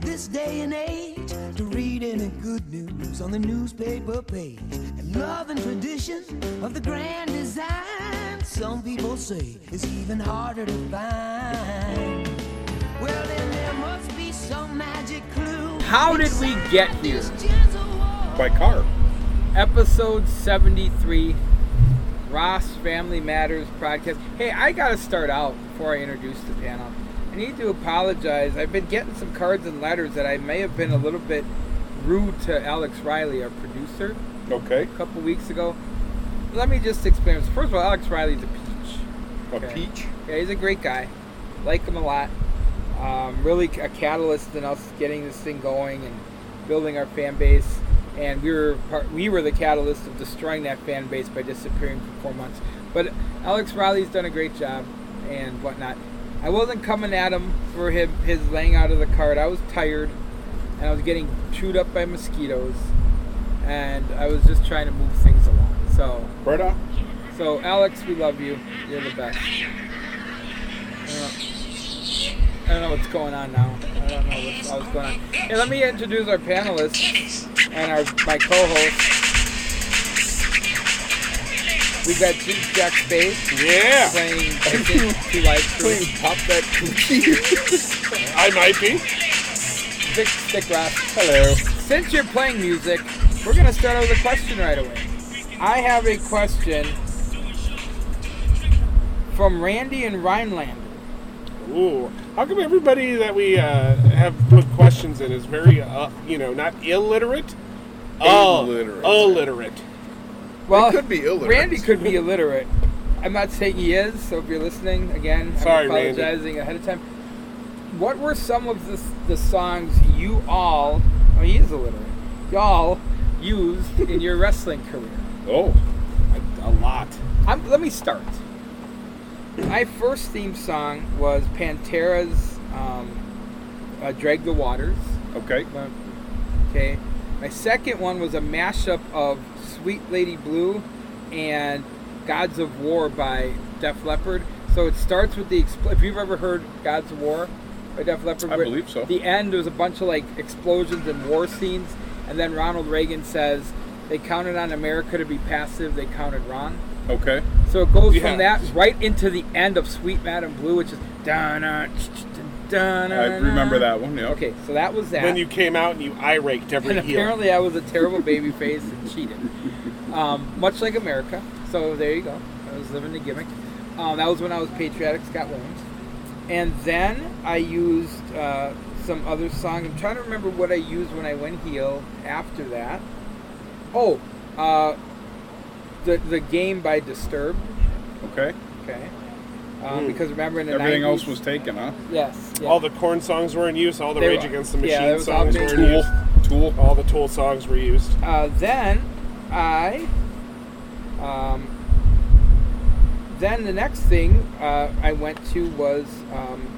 this day and age to reading the good news on the newspaper page and love and tradition of the grand design. Some people say it's even harder to find. Well, then there must be some magic clue. How did we get inside here? this gentle world. By car. episode 73 ross family matters podcast hey i gotta start out before i introduce the panel i need to apologize i've been getting some cards and letters that i may have been a little bit rude to alex riley our producer Okay. a couple weeks ago let me just explain this first of all alex riley's a peach A Okay. peach. yeah he's a great guy like him a lot um, really a catalyst in us getting this thing going and building our fan base. And we were part, we were the catalyst of destroying that fan base by disappearing for four months. But Alex Riley's done a great job and whatnot. I wasn't coming at him for him his laying out of the card. I was tired and I was getting chewed up by mosquitoes, and I was just trying to move things along. So Right on. so, Alex, we love you. You're the best. I don't know, I don't know what's going on now. I don't know what's, what's going on. Hey, let me introduce our panelists and our my co-host. We got Jig Jack Space Yeah. playing Ticket to Life Clean through pop that cookie. I might be. Vic Stick Rap. Hello. Since you're playing music, we're gonna start out with a question right away. I have a question from Randy and Rhineland. Ooh, how come everybody that we uh, have put questions in is very, uh, you know, not illiterate? Illiterate. Uh, illiterate. Well, It could be illiterate. Randy could be illiterate. I'm not saying he is. So if you're listening again, Sorry, I'm Randy. apologizing ahead of time. What were some of the, the songs you all? Oh, he is illiterate. Y'all used in your wrestling career. Oh. A, a lot. I'm, let me start. My first theme song was Pantera's um, uh, "Drag the Waters." Okay. Okay. My second one was a mashup of Sweet Lady Blue and Gods of War by Def Leppard. So it starts with the expl- if you've ever heard Gods of War by Def Leppard. I where believe so. The end there was a bunch of like explosions and war scenes, and then Ronald Reagan says they counted on America to be passive. They counted wrong. Okay. So it goes Yeah. from that right into the end of Sweet Madam Blue, which is dun dun dun. I remember that one. Yeah. Okay, so that was that. Then you came out and you eye raked every And heel. apparently, I was a terrible baby face and cheated, um, much like America. So there you go. I was living the gimmick. Um, that was when I was patriotic Scott Williams, and then I used uh, some other song. I'm trying to remember what I used when I went heel after that. Oh, uh, the the game by Disturbed. Okay. Okay, um, because remember in the Hmm. Everything 90s, else was Oh, taken, huh? yes, yeah. All the corn songs were in use. All the They Rage were. Against the Machine Yeah, it was all songs were big- in Tool. use. Tool. All the Tool songs were used. Uh, then I. Um, then the next thing uh, I went to was. Um,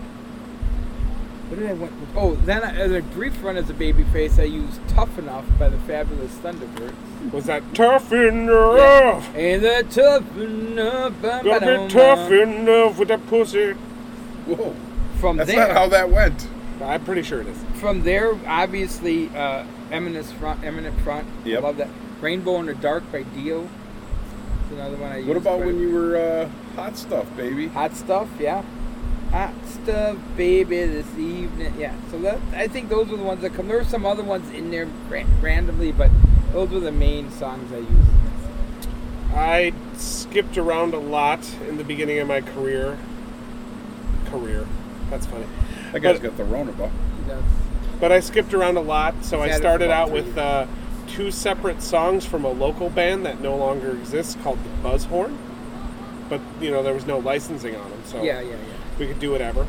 what did I went? Oh, then I, as a brief run as a babyface, I used "Tough Enough" by the Fabulous Thunderbirds. Was that tough enough? And the tough enough, ba- ba- Gotta da- be tough ma. enough with that pussy. Whoa. From That's there, not how that went. I'm pretty sure it is. from there, obviously, uh, Eminent Front, Eminent Front. I Yep. love that. "Rainbow in the Dark" by Dio. That's another one I used. What about quite a when you were uh, hot stuff, baby? Hot stuff, yeah. Hot stuff, baby, this evening. Yeah, so that I think those were the ones that come. There were some other ones in there ra- randomly, but those were the main songs I used. I skipped around a lot in the beginning of my career. Career. That's funny. That guy's But- got the Rona, bro. You know, But I skipped around a lot, so He's I had it for started about out three with uh, two separate songs from a local band that no longer exists called the Buzzhorn. But you know there was no licensing on them, so Yeah, yeah, yeah. we could do whatever.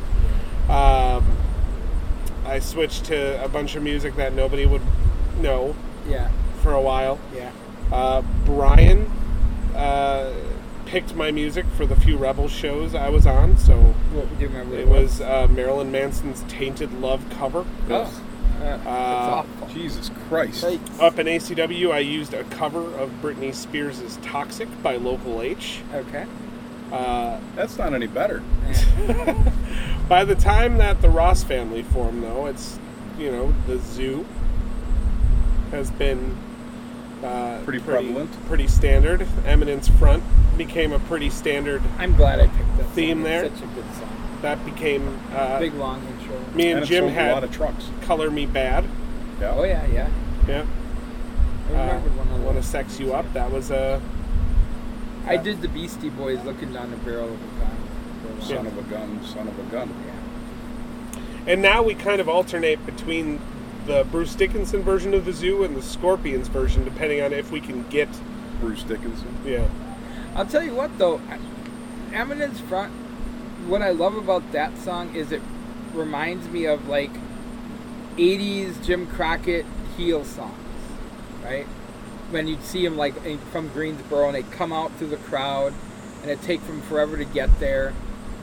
Um, I switched to a bunch of music that nobody would know Yeah, for a while. yeah. Uh, Brian uh, picked my music for the few Rebel shows I was on, so What, do you remember what it was uh, Marilyn Manson's "Tainted Love" cover. Oh, uh, it's awful. Jesus Christ. Like, Up in ACW, I used a cover of Britney Spears' Toxic by Local H. okay. Uh, That's not any better. Yeah. by the time that the Ross family formed, though, it's you know, the zoo has been uh, Pretty prevalent. pretty standard. Eminence Front became a pretty standard. I'm glad I picked that Theme song. there. It's such a good song. That became uh, Big long intro. me and, and it Jim sold a lot had of trucks. "Color Me Bad." Yeah. Oh yeah, yeah. Yeah, I uh, remember one of "Wanna those. Sex You Up." That was a I did the Beastie Boys looking down the barrel of a gun. for a Son while. of a gun, son of a gun. And now we kind of alternate between the Bruce Dickinson version of the zoo and the Scorpions version, depending on if we can get. Bruce Dickinson. Yeah. I'll tell you what though, I- Eminence Front. What I love about that song is it reminds me of like '80s Jim Crockett heel songs, right? When you'd see him like in, from Greensboro and they'd come out through the crowd, and it'd take them forever to get there,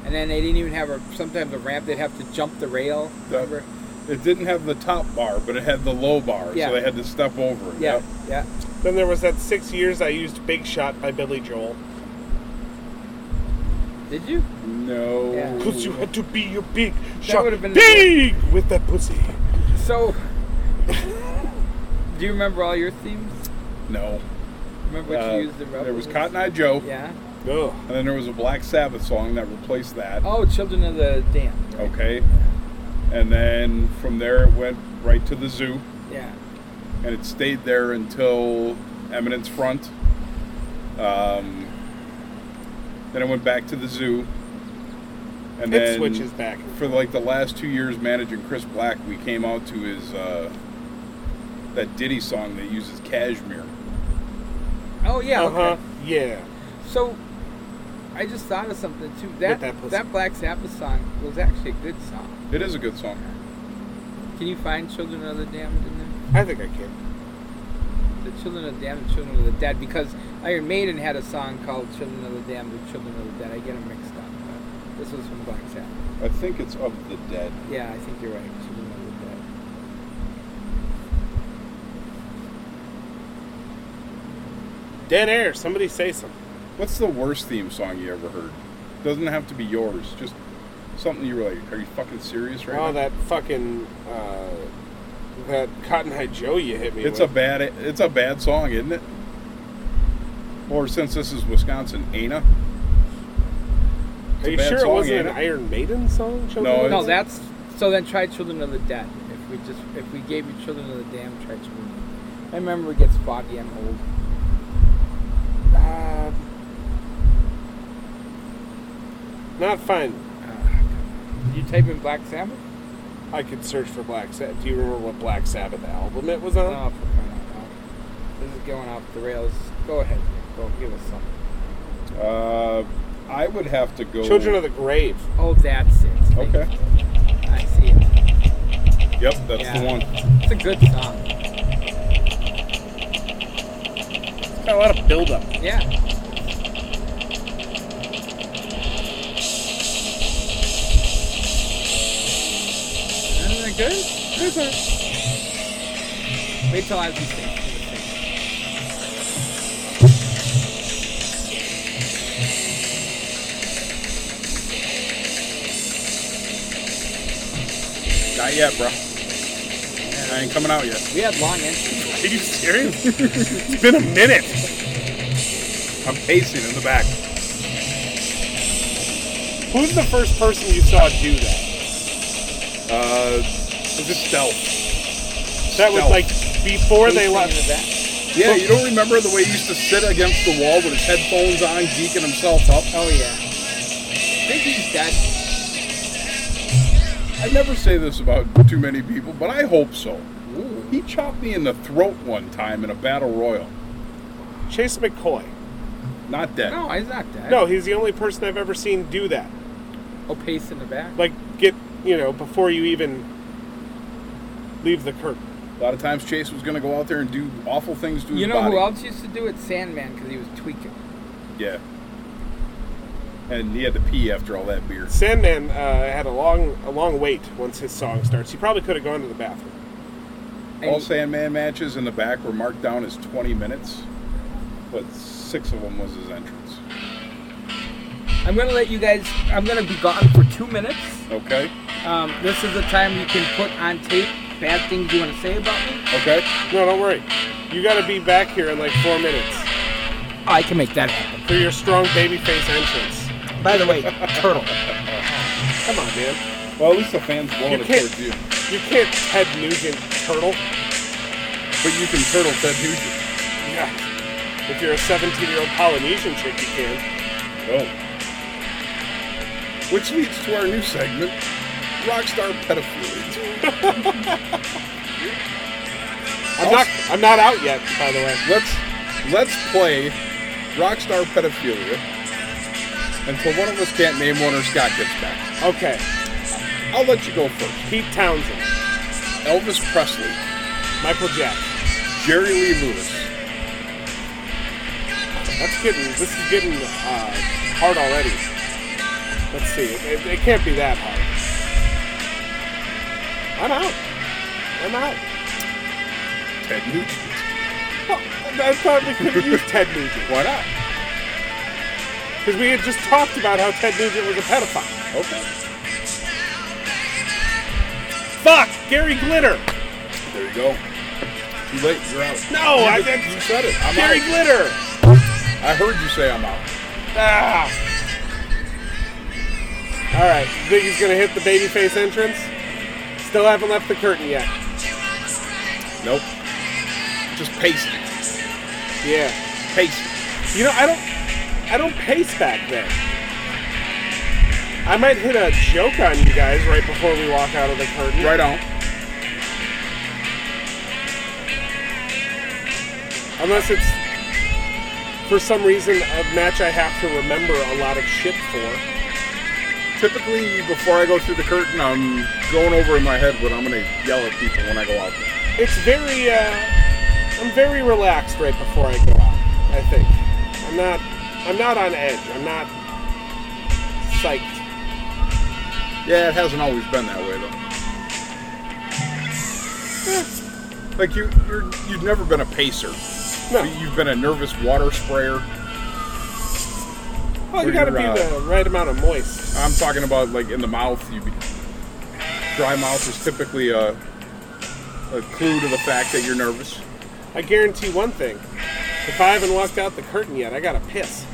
and then they didn't even have a sometimes a ramp. They'd have to jump the rail. That- Remember? It didn't have the top bar, but it had the low bar, Yeah. so they had to step over it. Yeah, Yep. yeah. Then there was that six years I used Big Shot by Billy Joel. Did you? No. Yeah. Cause you had to be your big shot. would've been- big with that pussy. So, do you remember all your themes? No. Remember what Uh, you used the there was references? Cotton Eye Joe, Yeah. Ugh. and then there was a Black Sabbath song that replaced that. Oh, Children of the Dam. right? Okay. And then from there it went right to the zoo, Yeah. and it stayed there until Eminence Front. Um, then it went back to the zoo. And It then switches back. for like the last two years managing Chris Black, we came out to his uh, that Diddy song that uses Cashmere. Oh yeah. Uh huh. Okay. Yeah. So, I just thought of something too. That Get that pussy. that, Black Sabbath song was actually a good song. It is a good song. Can you find Children of the Dam in there? I think I can. The Children of the Dam and Children of the Dead because Iron Maiden had a song called Children of the Dam and Children of the Dead. I get them mixed up. But this was from Black Sabbath. I think it's of the dead. Yeah, I think you're right. Children of the Dead. Dead air. Somebody say something. What's the worst theme song you ever heard? Doesn't have to be yours. Just something you were like, are you fucking serious right Oh, now? that fucking uh, that Cotton Eye Joe you hit me. It's a with. bad. It's a bad song, isn't it? Or since this is Wisconsin, Ana. Are a you bad sure it song, wasn't ain't an it? Iron Maiden song? Children No, of the No, Dead? that's so. Then try Children of the Dead. If we just if we gave you Children of the Dam, try Children. Of the Dead. I remember it gets foggy. I'm old. Uh, not fun. You type in Black Sabbath? I could search for Black Sabbath. Do you remember what Black Sabbath album it was on? No, for crying out loud. This is going off the rails. Go ahead, Nick. go give us some. Uh, I would have to go. Children of the Grave. Oh, that's it. Thank Okay. you. I see it. Yep, that's Yeah. the one. It's a good song. It's got a lot of buildup. Yeah. Isn't it good? It's alright. Wait till I have to sing. Not yet, bro. I ain't coming out yet. We had long entries. Are you serious? it's been a minute. I'm pacing in the back. Who's the first person you saw do that? Uh, is it stealth? That was No. like before they Who's left. singing in the back? Yeah, you don't remember the way he used to sit against the wall with his headphones on, geeking himself up? Oh yeah. think he's dead. I never say this about too many people, but I hope so. He chopped me in the throat one time in a battle royal. Chase McCoy. Not dead. No, he's not dead. No, he's the only person I've ever seen do that. Oh, pace in the back. Like get you know before you even leave the curtain. A lot of times Chase was going to go out there and do awful things to his You know body. who else used to do it? Sandman, because he was tweaking. Yeah. And he had to pee after all that beer. Sandman uh, had a long a long wait once his song starts. He probably could have gone to the bathroom. All And Sandman matches in the back were marked down as 20 minutes, but six of them was his entrance. I'm gonna let you guys. I'm gonna be gone for two minutes. Okay? Um, this is the time you can put on tape bad things you want to say about me? Okay. No, don't worry. You got to be back here in like four minutes Oh, I can make that happen. for your strong babyface entrance. By the way, turtle. Come on, man. Well, at least the fans blowing You it can't- towards you, You can't Ted Nugent turtle. but you can turtle Ted Nugent. Yeah. If you're a 17-year-old Polynesian chick, you can. Oh. Which leads to our new segment, Rockstar Pedophilia. I'm not. I'm not out yet, by the way. Let's let's play Rockstar Pedophilia until one of us can't name one or Scott gets back. Okay. I'll let you go first. Pete Townsend, Elvis Presley, Michael Jack. Jerry Lee Lewis, That's getting. This is getting uh, hard already. Let's see. It, it, it can't be that hard. I'm out. I'm out. Ted Nugent. Oh, I thought we could have used Ted Nugent Why not? because we had just talked about how Ted Nugent was a pedophile. Okay. Fuck, Gary Glitter. There you go. Too late. You're out. No, you, I did- didn't- you said it. I'm Gary out. Glitter. I heard you say I'm out. Ah. All right, think he's gonna hit the babyface entrance. Still haven't left the curtain yet. Nope. Just pace it. Yeah. Pace it. You know, I don't, I don't pace back then. I might hit a joke on you guys right before we walk out of the curtain. Right on. Unless it's for some reason a match I have to remember a lot of shit for. Typically, before I go through the curtain, I'm going over in my head what I'm going to yell at people when I go out there. It's very, uh, I'm very relaxed right before I go out. I think I'm not, I'm not on edge. I'm not psyched. Yeah, it hasn't always been that way though. Eh. Like you, you're, you've never been a pacer. No. You've been a nervous water sprayer. Well, you Or got to you're, be uh, the right amount of moist. I'm talking about like in the mouth. You be, dry mouth is typically a a clue to the fact that you're nervous. I guarantee one thing: if I haven't walked out the curtain yet, I gotta piss.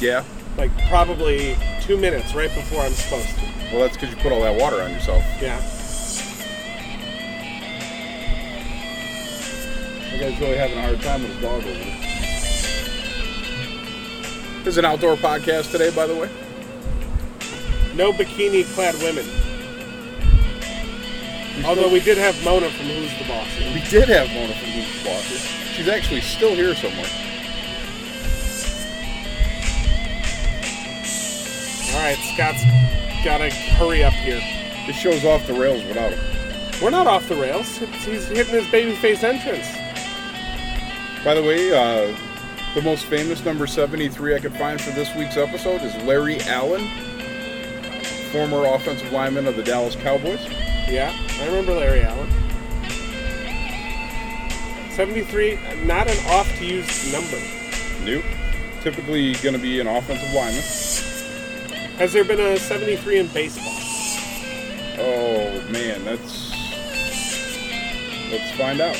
Yeah. like probably two minutes right before I'm supposed to. Well, that's because you put all that water on yourself. Yeah. That guy's really having a hard time with his dog over there. This is an outdoor podcast today, by the way. No bikini clad women. Although we did have Mona from Who's the Boss. We did have Mona from Who's the Boss. She's actually still here somewhere. All right, Scott's gotta hurry up here. This show's off the rails without her. We're not off the rails. It's, he's hitting his babyface entrance. By the way, uh, the most famous number 73 I could find for this week's episode is Larry Allen, former offensive lineman of the Dallas Cowboys. Yeah, I remember Larry Allen. 73, not an off to use number. Nope. Typically going to be an offensive lineman. Has there been a 73 in baseball? Oh man, that's let's find out.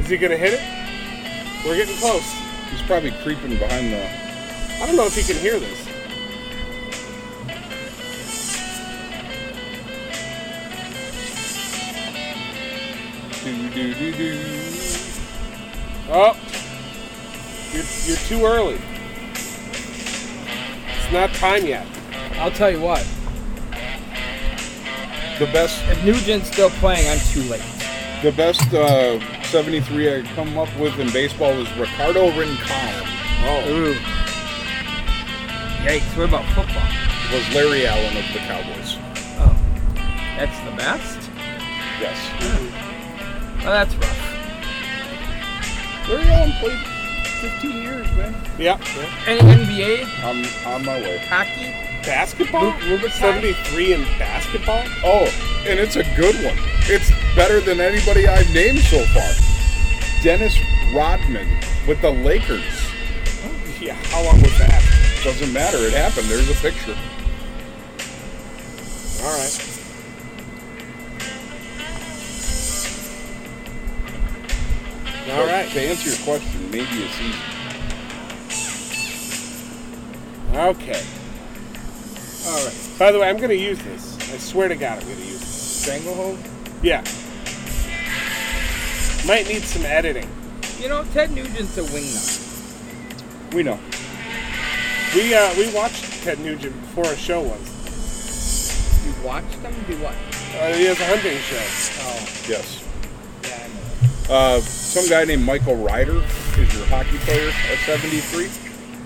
Is he gonna hit it? We're getting close. He's probably creeping behind the. I don't know if he can hear this. Doo, doo, doo, doo. Oh, you're, you're too early. It's not time yet. I'll tell you what. The best, If Nugent's still playing, I'm too late. the best uh, 73 I could come up with in baseball is Ricardo Rincon. Oh, Ooh. Yikes, what about football? was Larry Allen of the Cowboys? Oh. That's the best? Yes. Oh, that's rough. Larry Allen played 15 years, man. Yep. And NBA, I'm on my way. hockey, Basketball? Lu- Rubik's Time? 73 in basketball? Oh, and it's a good one. It's better than anybody I've named so far. Dennis Rodman with the Lakers. Yeah, how long was that? Doesn't matter. It happened. There's a picture. All right. All But right. To answer your question, maybe it's easy. Okay. All right. By the way, I'm going to use this. I swear to God, I'm going to use this. Stranglehold. Yeah. Might need some editing. You know, Ted Nugent's a wingnut. We know. We uh, we watched Ted Nugent before a show once. You watch them? Do what? Uh, he has a hunting show. Oh, Yes. yeah, I know. Uh, some guy named Michael Ryder is your hockey player at 73.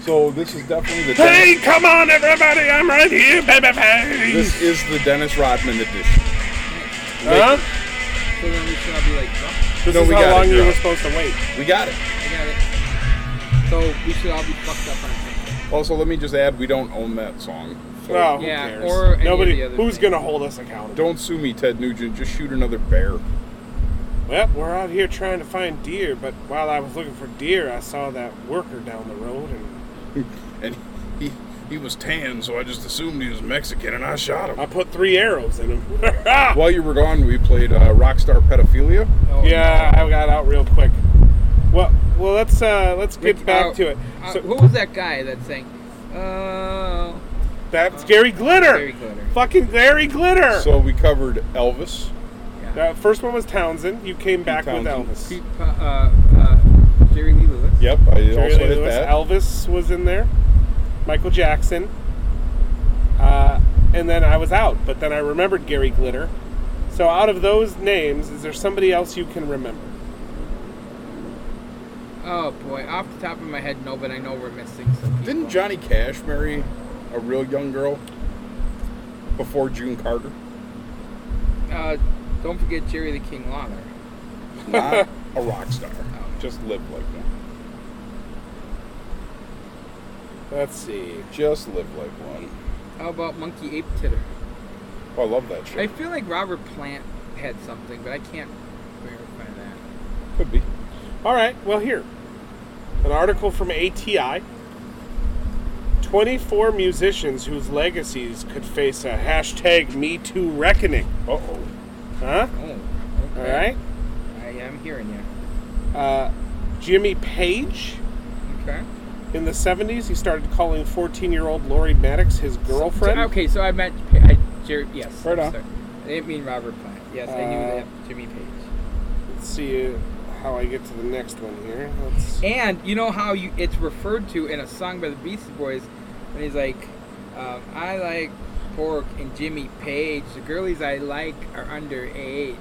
So this is definitely the Hey, come on, everybody! I'm right here, baby. Dennis, This, this is the Dennis Rodman edition. huh? So then we should all be like, "Fuck, This No, is we how got it, long you you're were up. supposed to wait. We got it. I got it. So we should all be fucked up on it. Also, let me just add, we don't own that song. So Oh, who Yeah, cares? or any of nobody. the other who's things. gonna hold us accountable? Don't sue me, Ted Nugent. Just shoot another bear. Well, we're out here trying to find deer, but while I was looking for deer, I saw that worker down the road, and And he he was tan, so I just assumed he was Mexican, and I shot him. I put three arrows in him. While you were gone, we played uh, Rockstar Pedophilia. Oh, yeah, I got out real quick. Well, well, let's uh, let's get Rick, back uh, to it. uh, So who was that guy that sang? Oh, that's Gary Glitter. Gary Glitter. Fucking Gary Glitter. So we covered Elvis. yeah. The first one was Townsend. You came back Townsend. with Elvis. Pete, uh, uh, Jerry Lee Lewis. Yep, I Jerry also Lee hit Lewis. that. Elvis was in there. Michael Jackson. Uh, and then I was out, but then I remembered Gary Glitter. So out of those names, is there somebody else you can remember? Oh boy, off the top of my head, no, but I know we're missing some people. Didn't Johnny Cash marry a real young girl before June Carter? Uh, don't forget Jerry the King Lawler. Not a rock star. Just live like one. Let's see. Just live like one. How about Monkey Ape Titter? Oh, I love that show. I feel like Robert Plant had something, but I can't verify that. Could be. All right, well, here. An article from ATI 24 musicians whose legacies could face a hashtag Me Too reckoning. Uh oh. Huh? Oh, All okay. right. I am hearing you. Uh, Jimmy Page. Okay. In the 70s, he started calling 14 year old Lori Maddox his girlfriend. So- okay, so I meant Pa- I, Jerry. Yes. Right I'm on. sorry. I didn't mean Robert Plant. Yes, I knew Uh, that Jimmy Page. Let's see uh, how I get to the next one here. Let's, And you know how you it's referred to in a song by the Beastie Boys when he's like, um, "I like pork and Jimmy Page. The girlies I like are underage."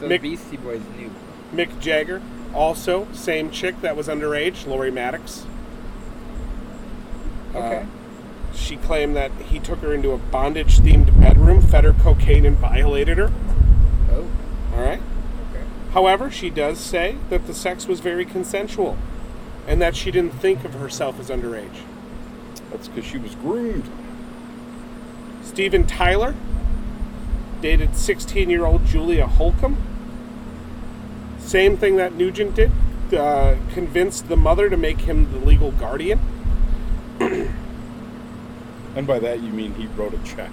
So Mick- the Beastie Boys knew. Mick Jagger, also, same chick that was underage, Lori Maddox. Okay. She claimed that he took her into a bondage themed bedroom, fed her cocaine, and violated her. oh. All right. Okay. However, she does say that the sex was very consensual and that she didn't think of herself as underage. That's because she was groomed. Steven Tyler dated 16 year old Julia Holcomb. Same thing that Nugent did, uh, convinced the mother to make him the legal guardian. And by that you mean he wrote a check.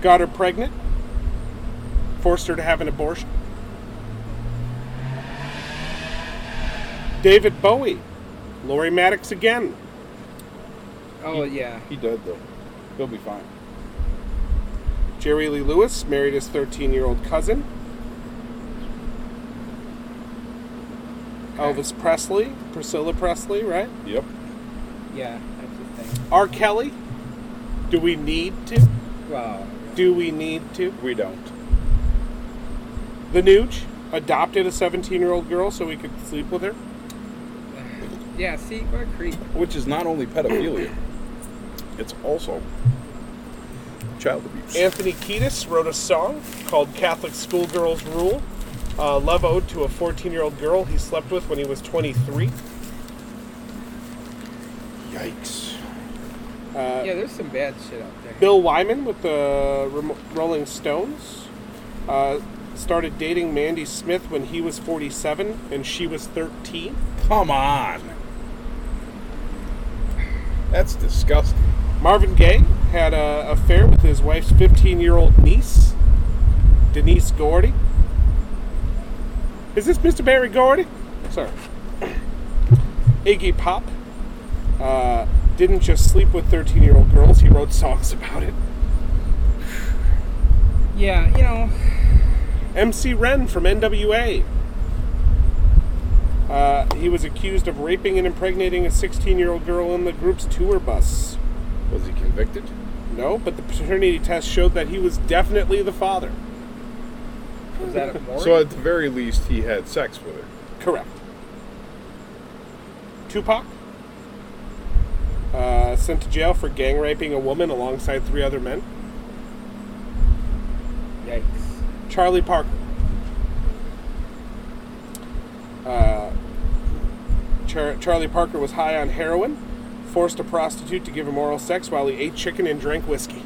Got her pregnant, forced her to have an abortion. David Bowie, Lori Maddox again. Oh yeah. He did though. He'll be fine. Jerry Lee Lewis married his 13 year old cousin. Elvis Presley, Priscilla Presley, right? Yep. Yeah. That's the thing. R. Kelly? Do we need to? Wow. Do we need to? We don't. The Nuge adopted a 17 year old girl so he could sleep with her. Yeah. See, what a creep. Which is not only pedophilia, it's also child abuse. Anthony Kiedis wrote a song called Catholic Schoolgirls Rule, a love ode to a 14 year old girl he slept with when he was 23. Yikes. Yeah, there's some bad shit out there. Bill Wyman with the Rem- Rolling Stones uh, started dating Mandy Smith when he was 47 and she was 13. Come on. That's disgusting. Marvin Gaye had a affair with his wife's 15 year old niece, Denise Gordy. Is this Mr. Barry Gordy? Sorry. Iggy Pop uh, didn't just sleep with 13 year old girls, he wrote songs about it. Yeah, you know, MC Ren from NWA. Uh, he was accused of raping and impregnating a 16 year old girl in the group's tour bus. Was he convicted? No, but the paternity test showed that he was definitely the father. was that a morgue? So at the very least, he had sex with her. Correct. Tupac uh, sent to jail for gang raping a woman alongside three other men. Yikes. Charlie Parker. Uh, Char- Charlie Parker was high on heroin, forced a prostitute to give him oral sex while he ate chicken and drank whiskey.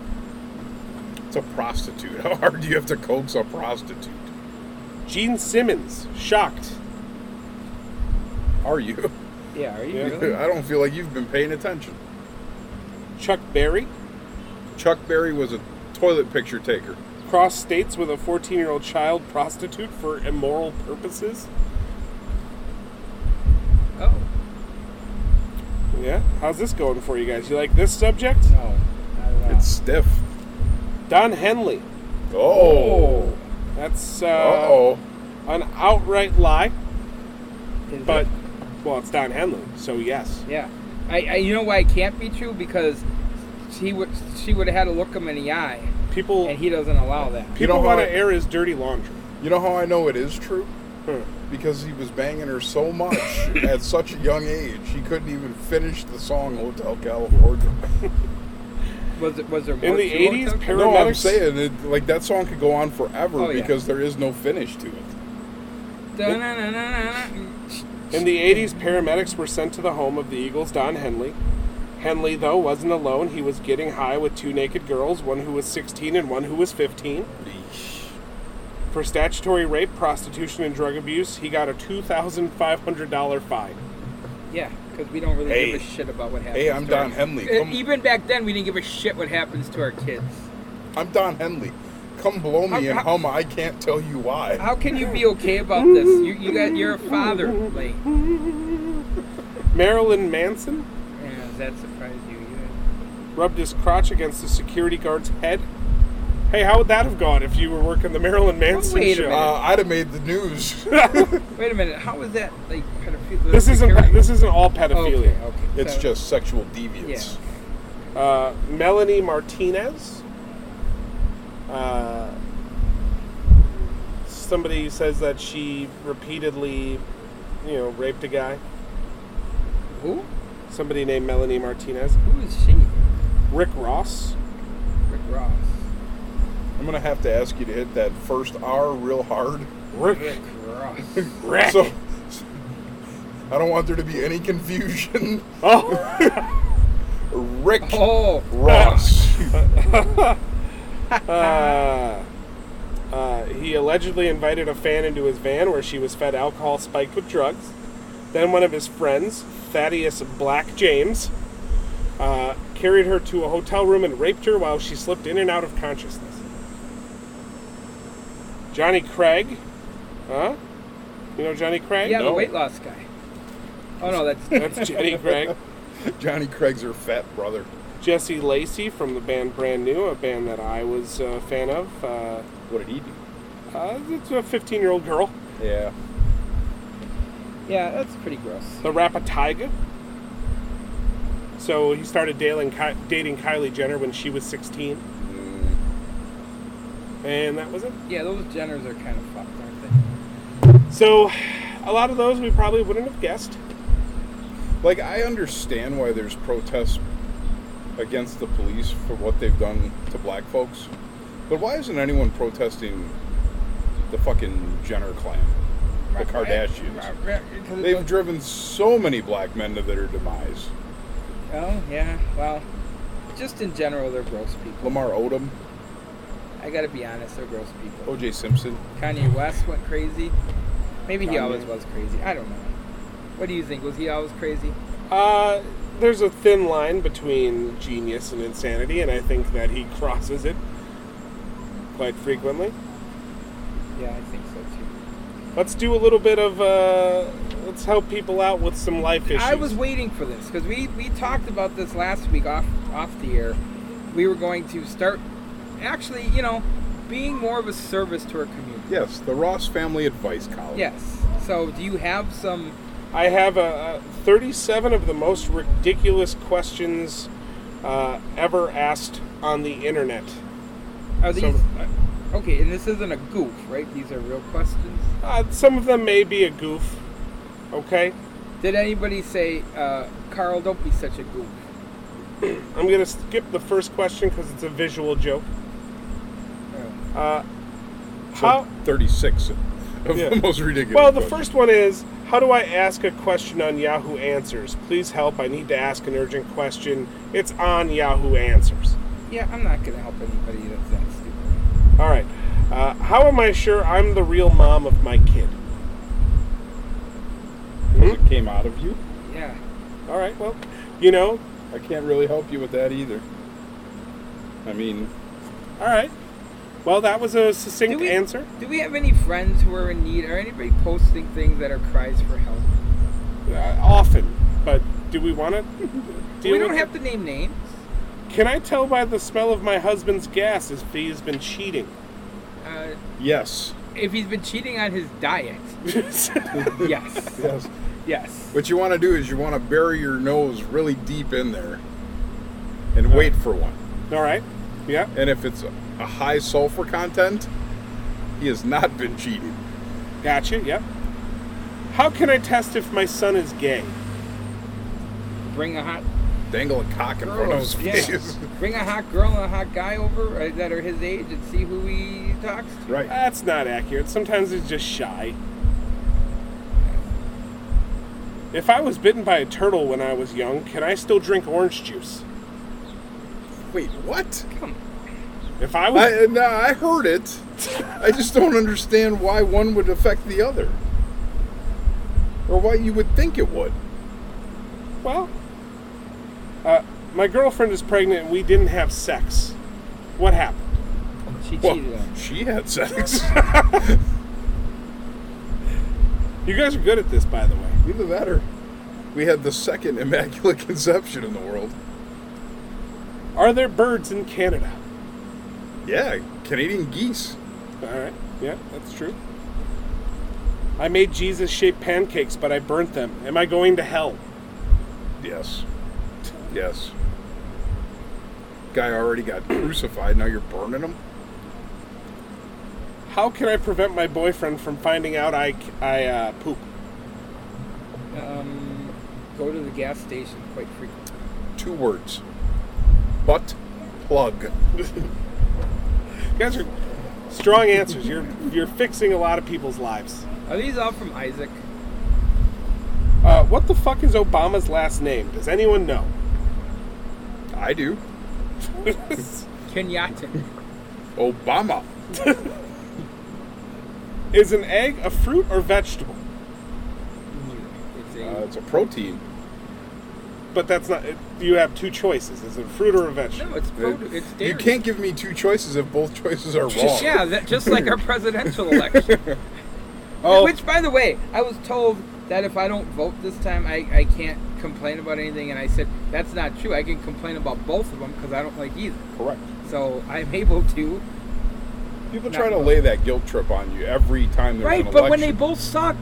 It's a prostitute. How hard do you have to coax a prostitute? Gene Simmons, shocked. Are you? Yeah, are you Yeah. really? I don't feel like you've been paying attention. Chuck Berry, Chuck Berry was a toilet picture taker. crossed states with a 14 year old child prostitute for immoral purposes. Oh, Yeah, how's this going for you guys? You like this subject? no. Not at all. It's stiff. Don Henley. Oh. That's Uh uh, oh. an outright lie, Is but it? well, it's Don Henley, so yes. Yeah, I, I you know why it can't be true because he would she would have had to look him in the eye, People and he doesn't allow that. You people know how want I- to air his dirty laundry. You know how I know it is true? Huh. Because he was banging her so much at such a young age, he couldn't even finish the song Hotel California. Was it was there more In the to it? 80s, Okay. Paramedics. No, I'm saying it, like that song could go on forever Oh, yeah. because there is no finish to it. Da-na-na-na-na-na. In the 80s, paramedics were sent to the home of the Eagles' Don Henley. Henley, though, wasn't alone. He was getting high with two naked girls, one who was 16 and one who was 15. For statutory rape, prostitution, and drug abuse, he got a $2,500 fine. Yeah, because we don't really Hey. give a shit about what happens. Hey, I'm to our- Don Henley. Uh, Come, Even back then, we didn't give a shit what happens to our kids. I'm Don Henley. Come blow me How- and how- hum. I can't tell you why. How can you be okay about this? You, you got you're a father, like, Marilyn Manson yeah, does that surprise you? rubbed his crotch against the security guard's head. Hey, how would that have gone if you were working the Marilyn Manson wait a show? minute. Uh, I'd have made the news. You- Wait a minute, how is that like pedophilia? This isn't security? this isn't all okay, pedophilia. okay. it's so- just sexual deviance. uh, Melanie Martinez. Uh, somebody says that she repeatedly, you know, raped a guy. who? Somebody named Melanie Martinez. Who is she? Rick Ross. Rick Ross. I'm gonna have to ask you to hit that first R real hard. Rick. Rick Ross. Rick. So I don't want there to be any confusion. oh, Rick Oh, Ross. uh, uh, he allegedly invited a fan into his van where she was fed alcohol spiked with drugs. Then one of his friends, Thaddeus Black James, uh, carried her to a hotel room and raped her while she slipped in and out of consciousness. Johnny Craig, huh? You know Johnny Craig? yeah, the No. weight loss guy. Oh no, that's That's Johnny Craig. Johnny Craig's her fat brother. Jesse Lacey from the band Brand New, a band that I was a fan of. Uh, What did he do? uh, it's a 15 year old girl. Yeah. yeah, that's pretty gross. the Rapataiga. So he started dating, Ky- dating Kylie Jenner when she was 16. And that was it. Yeah, those Jenners are kind of fucked, aren't they? So a lot of those we probably wouldn't have guessed. Like I understand why there's protests against the police for what they've done to black folks, but why isn't anyone protesting the fucking Jenner clan, the Kardashians? They've driven so many black men to their demise. Oh yeah, well, just in general, they're gross people. Lamar Odom, I gotta be honest, they're gross people. O.J. Simpson. Kanye West went crazy. Maybe he Oh. Kanye. always was crazy. I don't know. What do you think? Was he always crazy? Uh, there's a thin line between genius and insanity, and I think that he crosses it quite frequently. Yeah, I think so too. Let's do a little bit of uh, let's help people out with some life issues. I was waiting for this because we, we talked about this last week off off the air. We were going to start, actually, you know, being more of a service to our community. Yes, the Ross Family Advice Column. Yes. So, do you have some? I have uh, 37 of the most ridiculous questions uh, ever asked on the internet. Are these uh, Some, okay? And this isn't a goof, right? These are real questions. uh, some of them may be a goof. Okay, Did anybody say, uh, Carl, don't be such a goof? I'm gonna skip the first question because it's a visual joke. Oh. Uh, So how? 36 of Yeah. the most ridiculous. Well, the questions. first one is how do I ask a question on Yahoo Answers? Please help. I need to ask an urgent question. It's on Yahoo Answers. Yeah, I'm not gonna help anybody that's that stupid. All right. Uh, how am I sure I'm the real mom of my kid? It came out of you. Yeah. All right. Well, you know. I can't really help you with that either. I mean, All right. Well, that was a succinct Do we, answer. Do we have any friends who are in need? Are anybody posting things that are cries for help? Uh, often, but do we want to? we don't have to name names. Can I tell by the smell of my husband's gas if he's been cheating? Uh, yes, if he's been cheating on his diet, yes, yes. yes. What you want to do is you want to bury your nose really deep in there and wait for one. All right. Yeah. And if it's a high sulfur content, he has not been cheating. Gotcha. Yep. How can I test if my son is gay? Bring a hot Dangle a cock in front girl. of his yeah. face. Bring a hot girl and a hot guy over uh, that are his age and see who he talks to. Right. That's not accurate. Sometimes he's just shy. If I was bitten by a turtle when I was young, can I still drink orange juice? Wait, what? Come. If I was I, no, I heard it. I just don't understand why one would affect the other, or why you would think it would. Well, uh, my girlfriend is pregnant and we didn't have sex. What happened? She cheated Well, on him. she had sex. You guys are good at this, by the way. Either that or we had the second immaculate conception in the world. Are there birds in Canada? Yeah, Canadian geese. All right. Yeah, that's true. I made Jesus shaped pancakes, but I burnt them. Am I going to hell? Yes. Yes. Guy already got crucified, now you're burning him? How can I prevent my boyfriend from finding out I, I uh, poop? Um, go to the gas station quite frequently. Two words. Butt plug. You guys are strong answers. You're, you're fixing a lot of people's lives. Are these all from Isaac? Uh, what the fuck is Obama's last name? Does anyone know? I do. Kenyatta. Obama. Is an egg a fruit or vegetable? It's a- Uh, it's a protein. But that's not. It, you have two choices: is it a fruit or a vegetable? no, it's produce. It's dairy. You can't give me two choices if both choices are wrong. Yeah, that, just like our presidential election. Oh. Which, by the way, I was told that if I don't vote this time, I, I can't complain about anything. And I said, that's not true. I can complain about both of them because I don't like either. Correct. So I'm able to. People Not try to both. lay that guilt trip on you every time there's Right, an but when they election. both suck.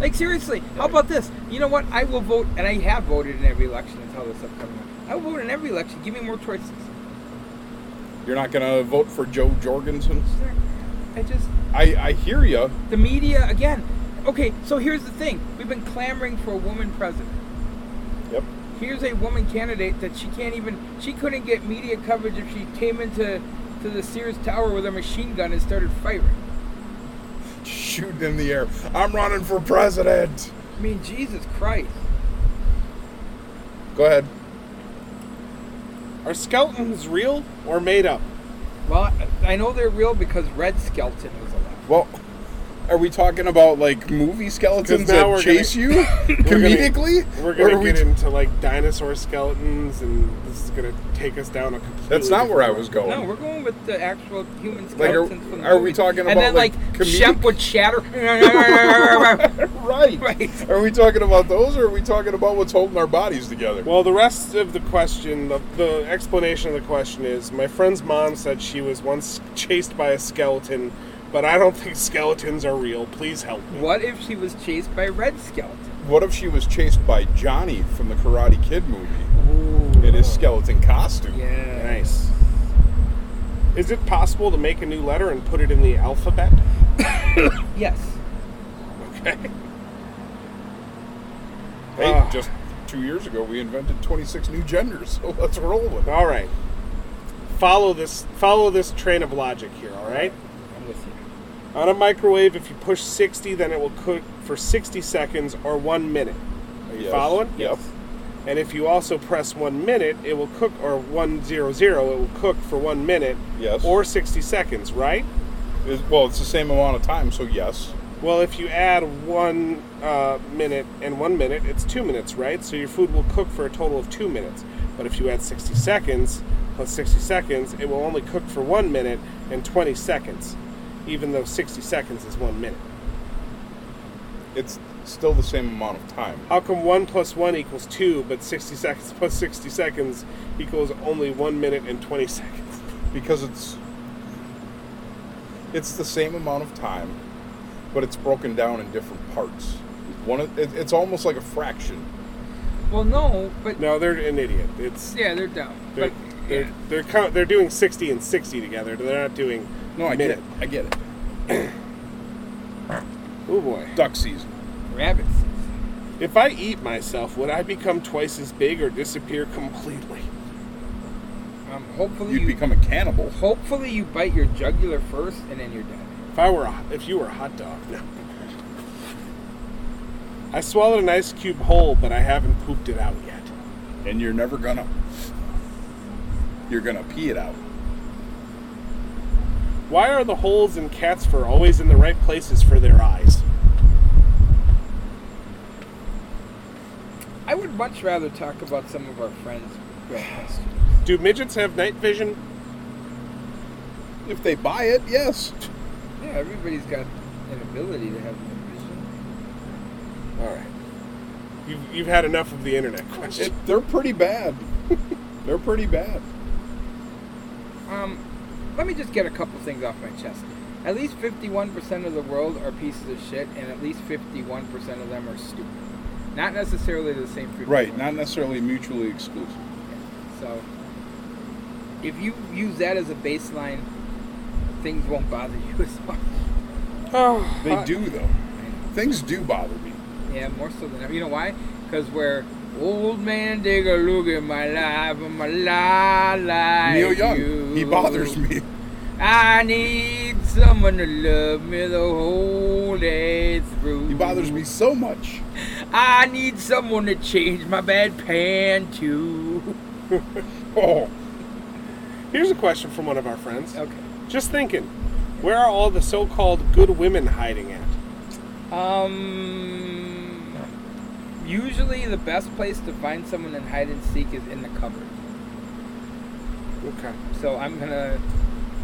Like, seriously, how about this? You know what? I will vote, and I have voted in every election until this upcoming one. I will vote in every election. Give me more choices. You're not going to vote for Joe Jorgensen? I just. I, I hear you. The media, again. Okay, so here's the thing we've been clamoring for a woman president. Yep. here's a woman candidate that she can't even she couldn't get media coverage if she came into to the Sears Tower with a machine gun and started firing. Shooting in the air. I'm running for president. I mean, Jesus Christ. Go ahead. Are skeletons real or made up? Well, I I know they're real because Red Skelton was alive. Well, Are we talking about like movie skeletons 'Cause now that we're chase gonna- you gonna- comedically? We're Or gonna are we get t- into like dinosaur skeletons, and this is gonna take us down a completely. That's not where I different was road. going. No, we're going with the actual human Like, are- skeletons from the are we movie. talking And about, then like, like, comedic- Shep would chatter. right. Right. Are we talking about those, or are we talking about what's holding our bodies together? Well, the rest of the question, the, the explanation of the question is my friend's mom said she was once chased by a skeleton, but I don't think skeletons are real. Please help me. what if she was chased by red skeleton? what if she was chased by Johnny from the Karate Kid movie Ooh. in his skeleton costume? Yeah. Nice. Is it possible to make a new letter and put it in the alphabet? Yes. Okay. Hey, Ah. just two years ago we invented 26 new genders, so let's roll with it. All right. Follow this. Follow this train of logic here. All right. I'm with you. On a microwave, if you push 60, then it will cook for 60 seconds or one minute. Are you Yes. following? Yep. And if you also press one minute, it will cook, or 100, it will cook for one minute. Yes. Or 60 seconds, right? It's- well, it's the same amount of time, so yes. Well, if you add one uh, minute and one minute, it's two minutes, right? So your food will cook for a total of two minutes. But if you add 60 seconds plus 60 seconds, it will only cook for one minute and 20 seconds, even though 60 seconds is one minute. It's still the same amount of time. How come one plus one equals two, but 60 seconds plus 60 seconds equals only one minute and 20 seconds? because it's it's the same amount of time, but it's broken down in different parts. One, of, it, it's almost like a fraction. Well, no, but No, they're an idiot. It's yeah, they're down. they're But they're, yeah. they're, count, they're doing 60 and 60 together. They're not doing minute. I get it. Oh boy! Duck season. rabbits. If I eat myself, would I become twice as big or disappear completely? Um, hopefully You'd you become a cannibal. hopefully you bite your jugular first, and then you're done. If I were a, if you were a hot dog, no. I swallowed an ice cube whole, but I haven't pooped it out yet. and you're never gonna. You're gonna pee it out. Why are the holes in cat's fur always in the right places for their eyes? I would much rather talk about some of our friends' real questions. Do midgets have night vision? If they buy it, yes. Yeah, everybody's got an ability to have night vision. All right. You've, you've had enough of the internet question. It, they're pretty bad. they're pretty bad. Um, let me just get a couple things off my chest. At least 51% of the world are pieces of shit, and at least 51% of them are stupid. Not necessarily the same. 51%. Right. Not necessarily mutually exclusive. So, if you use that as a baseline, things won't bother you as much. oh, They do though. Things do bother me. Yeah, more so than ever. You know why? Because we're old man dig a look at my life and my la la. Neil Young. He bothers me. I need someone to love me the whole day through. He bothers me so much. I need someone to change my bad pan to. Oh. Here's a question from one of our friends. Okay. Just thinking, where are all the so-called good women hiding at? Um. Usually, the best place to find someone in hide and seek is in the cupboard. Okay. So I'm gonna,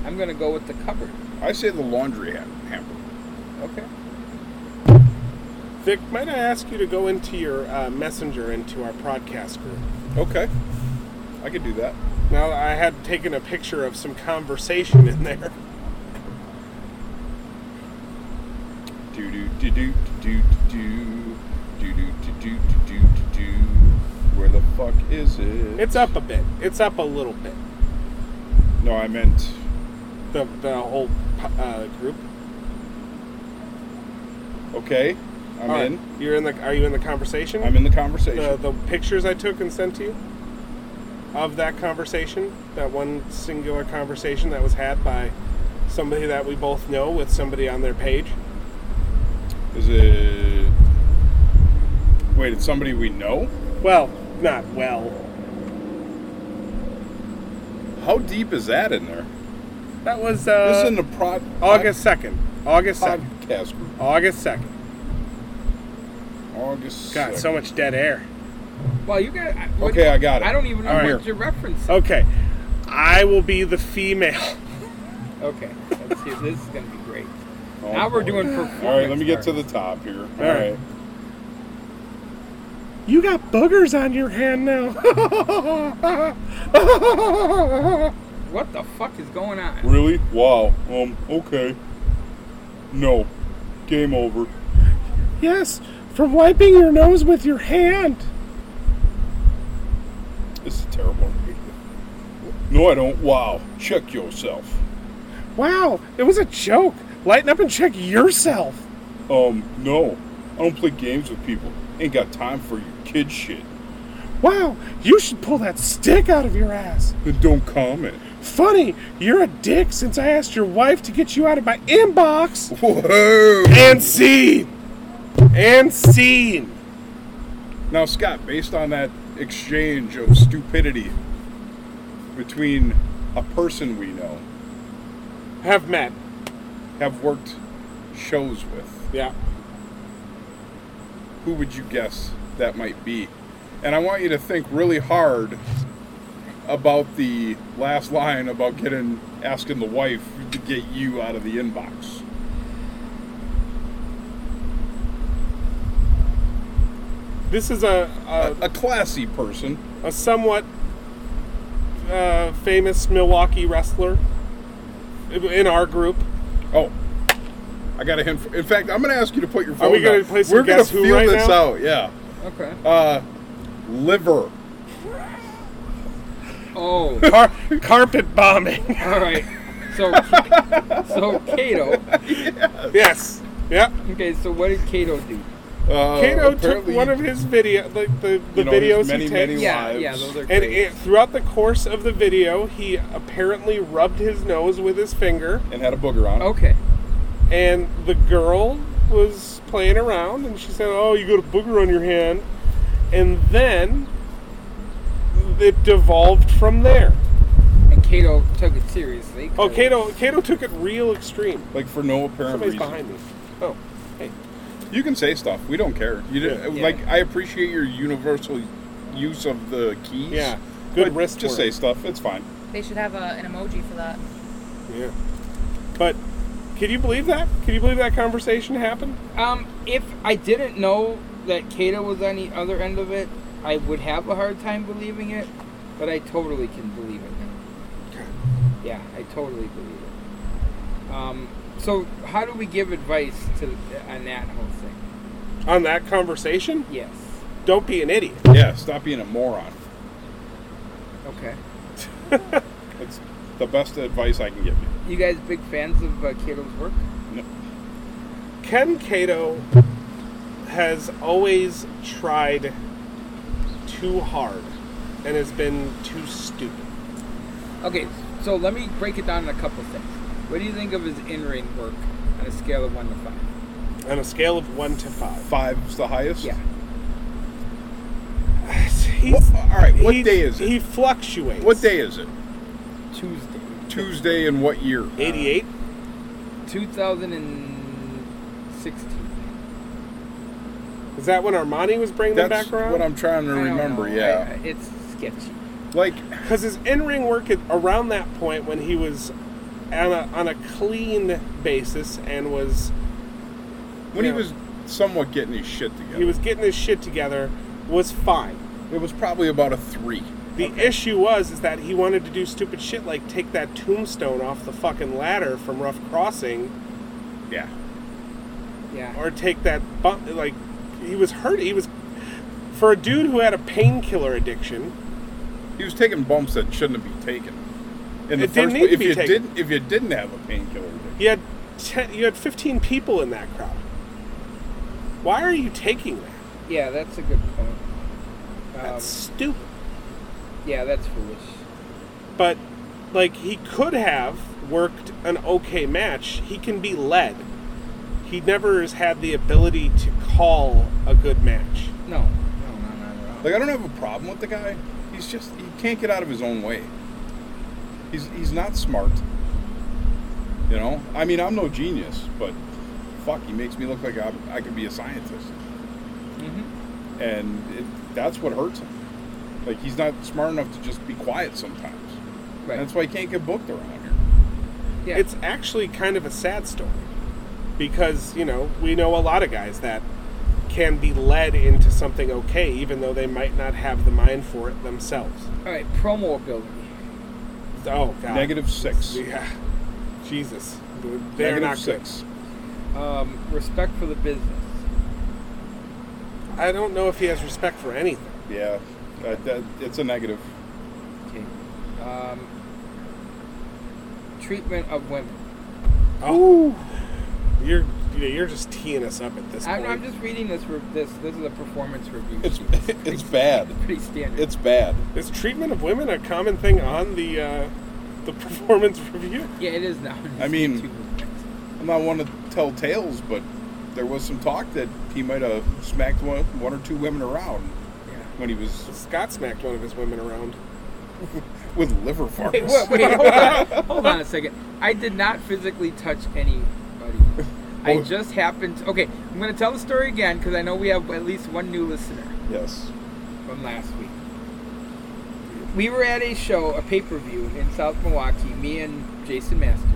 I'm gonna go with the cupboard. I say the laundry ha- hamper. Okay. Vic, might I ask you to go into your uh, messenger into our podcast group? Okay. I could do that. Now I had taken a picture of some conversation in there. Do do do do do do do do do do do do do. Where the fuck is it? It's up a bit. It's up a little bit. No, I meant The the whole uh, group. okay. I'm All right. Uh, in. You're in the. Are you in the conversation? I'm in the the, conversation. the pictures I took and sent to you of that conversation, that one singular conversation that was had by somebody that we both know with somebody on their page. Is it? Wait, it's somebody we know. Well, not well. How deep is that in there? That was This is uh, in the prod. August second. August pod- second. podcast group. August 2nd. August. God, 2nd. so much dead air. Well, you got. I- what- Okay, I got it. I don't even know I'm what here. your reference. is. Okay. I will be the female. Okay, let's see. This is gonna be great. Oh, now we're boy. doing performance. All right, let me get to art. the top here. All All right. right. You got boogers on your hand now. What the fuck is going on? Really? Wow. Um. Okay. No. Game over. yes, from wiping your nose with your hand. This is terrible. No, I don't. Wow. Check yourself. Wow, it was a joke. Lighten up and check yourself. Um. No. I don't play games with people. Ain't got time for your kid shit. Wow, you should pull that stick out of your ass. Then don't comment. Funny, you're a dick since I asked your wife to get you out of my inbox. Whoa. And scene. And scene. Now, Scott, based on that exchange of stupidity between a person we know, Have met. have worked shows with, Yeah. who would you guess that might be? And I want you to think really hard about the last line about getting asking the wife to get you out of the inbox. This is a A, a, a classy person. a somewhat uh, famous Milwaukee wrestler in our group. Oh, I got a hint. For, in fact, I'm going to ask you to put your phone. we gonna down. play some We're gonna Guess Who feel right this now? out. Yeah. Okay. Uh, liver. Oh, Car- carpet bombing. all right. So, so Cato. yes. Yep. Okay, so what did Cato do? Uh, Kato took apparently- one of his video, like the, the You know, videos his many, he many takes. Yeah, lives. yeah, those are And great. it, throughout the course of the video, he apparently rubbed his nose with his finger, and had a booger on it. okay. and the girl was playing around, and she said, "Oh, you got a booger on your hand," and then it devolved from there. And Cato took it seriously. 'cause- Oh, Kato, Kato took it real extreme. Like for no apparent Somebody's reason. behind me. Oh, hey, You can say stuff. We don't care. You didn't, Yeah. like. I appreciate your universal use of the keys. Yeah. Good but wrist Just work. say stuff. It's fine. They should have a, an emoji for that. yeah. But can you believe that? Can you believe that conversation happened? Um, if I didn't know that Cato was on the other end of it, I would have a hard time believing it, but I totally can believe it. now. Yeah, I totally believe it. Um, so how do we give advice to on that whole thing? On that conversation, Yes. don't be an idiot. Yeah. Stop being a moron. Okay. That's the best advice I can give you. You guys big fans of uh, Cato's work? No. Ken Kato has always tried too hard and has been too stupid. Okay, so let me break it down in a couple things. What do you think of his in-ring work on a scale of one to five? On a scale of one to five, Five's the highest. Yeah. he's, All right, what he's- day is it? He fluctuates. What day is it? Tuesday. Tuesday in what year? Eighty-eight. 2016. Is that when Armani was bringing them That's back what around? I'm trying to I don't remember. know. Yeah. I- I- it's sketchy. Like Because his in-ring work at, around that point, when he was on a, on a clean basis and was when he Yeah. was somewhat getting his shit together. he was getting his shit together, was fine. It was probably about a three. The issue was is that he wanted to do stupid shit like take that tombstone off the fucking ladder from Rough Crossing, Yeah. Yeah. or take that bump. Like he was hurt. He was for a dude who had a painkiller addiction. He was taking bumps that shouldn't have been taken. In the It didn't first need place, to if be you taken. didn't, if you didn't have a painkiller, addiction. You had ten, you had fifteen people in that crowd. Why are you taking that? Yeah, that's a good point. Um, That's stupid. yeah, that's foolish. But like he could have worked an okay match. He can be led. He never has had the ability to call a good match. No. No, no, no, no. like I don't have a problem with the guy. He's just he can't get out of his own way. He's he's not smart. You know, I mean, I'm no genius, but fuck, he makes me look like I'm, I could be a scientist. Mm-hmm. And it, that's what hurts him. Like, he's not smart enough to just be quiet sometimes. Right. That's why he can't get booked around here. yeah. It's actually kind of a sad story because, you know, we know a lot of guys that can be led into something okay, even though they might not have the mind for it themselves. all right. Promo ability. Oh, God. Negative six. Yeah. Jesus. They're Negative not good. six. Um, respect for the business. I don't know if he has respect for anything. Yeah. That, that, it's a negative. Okay. Um, treatment of women. Oh. You're you're just teeing us up at this I'm, point. I'm just reading this. Re- this this is a performance review. It's, it's bad. pretty standard. It's bad. Is treatment of women a common thing on the uh, the performance review? yeah, it is now. I mean- I'm not one to tell tales, but there was some talk that he might have smacked one, one or two women around Yeah. when he was Scott smacked one of his women around. with liver farts. Wait, wait, wait, hold on, hold on a second. I did not physically touch anybody. I Oh. just happened. okay, I'm gonna tell the story again because I know we have at least one new listener Yes. from last week. We were at a show, a pay-per-view in South Milwaukee. Me and Jason Masters.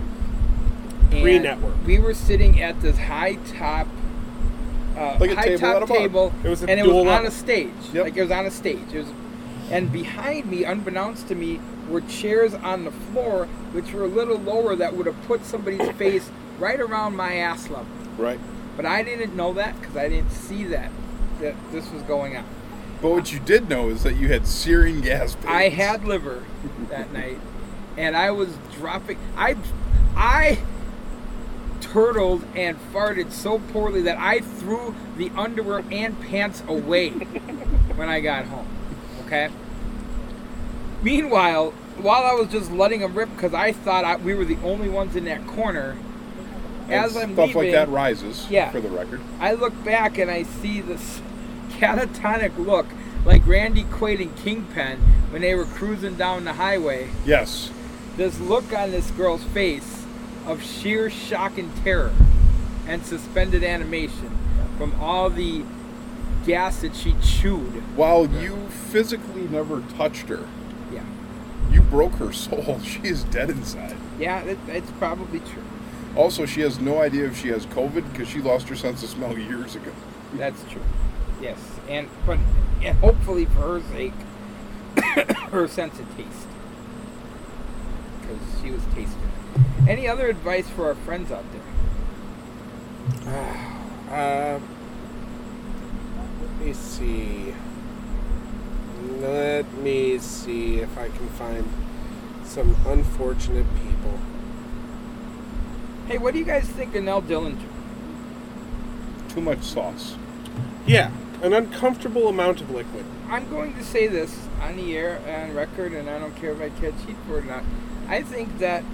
And Green Network. We were sitting at this high top, uh, Like a high table at top a bar. table, It was a and it was dual on level. a stage. Yep. Like it was on a stage. It was, and behind me, unbeknownst to me, were chairs on the floor which were a little lower that would have put somebody's face right around my ass level. Right. But I didn't know that because I didn't see that that this was going on. But what you did know is that you had searing gas pains. I had liver that night, and I was dropping. I, I turtled and farted so poorly that I threw the underwear and pants away when I got home. Okay. Meanwhile, while I was just letting them rip because I thought I, we were the only ones in that corner, And as I'm stuff like leaving, that rises. Yeah. For the record. I look back and I see this catatonic look like Randy Quaid and Kingpin when they were cruising down the highway. Yes. This look on this girl's face of sheer shock and terror and suspended animation from all the gas that she chewed. While you physically never touched her, Yeah. you broke her soul. She is dead inside. Yeah, that, that's probably true. Also, she has no idea if she has COVID because she lost her sense of smell years ago. That's true. Yes, and but and hopefully for her sake, her sense of taste, because she was tasting. Any other advice for our friends out there? Ah. Uh, let me see. Let me see if I can find some unfortunate people. Hey, what do you guys think of Nell Dillinger? Too much sauce. Yeah, an uncomfortable amount of liquid. I'm going to say this on the air, on record, and I don't care if I catch heat for it or not. I think that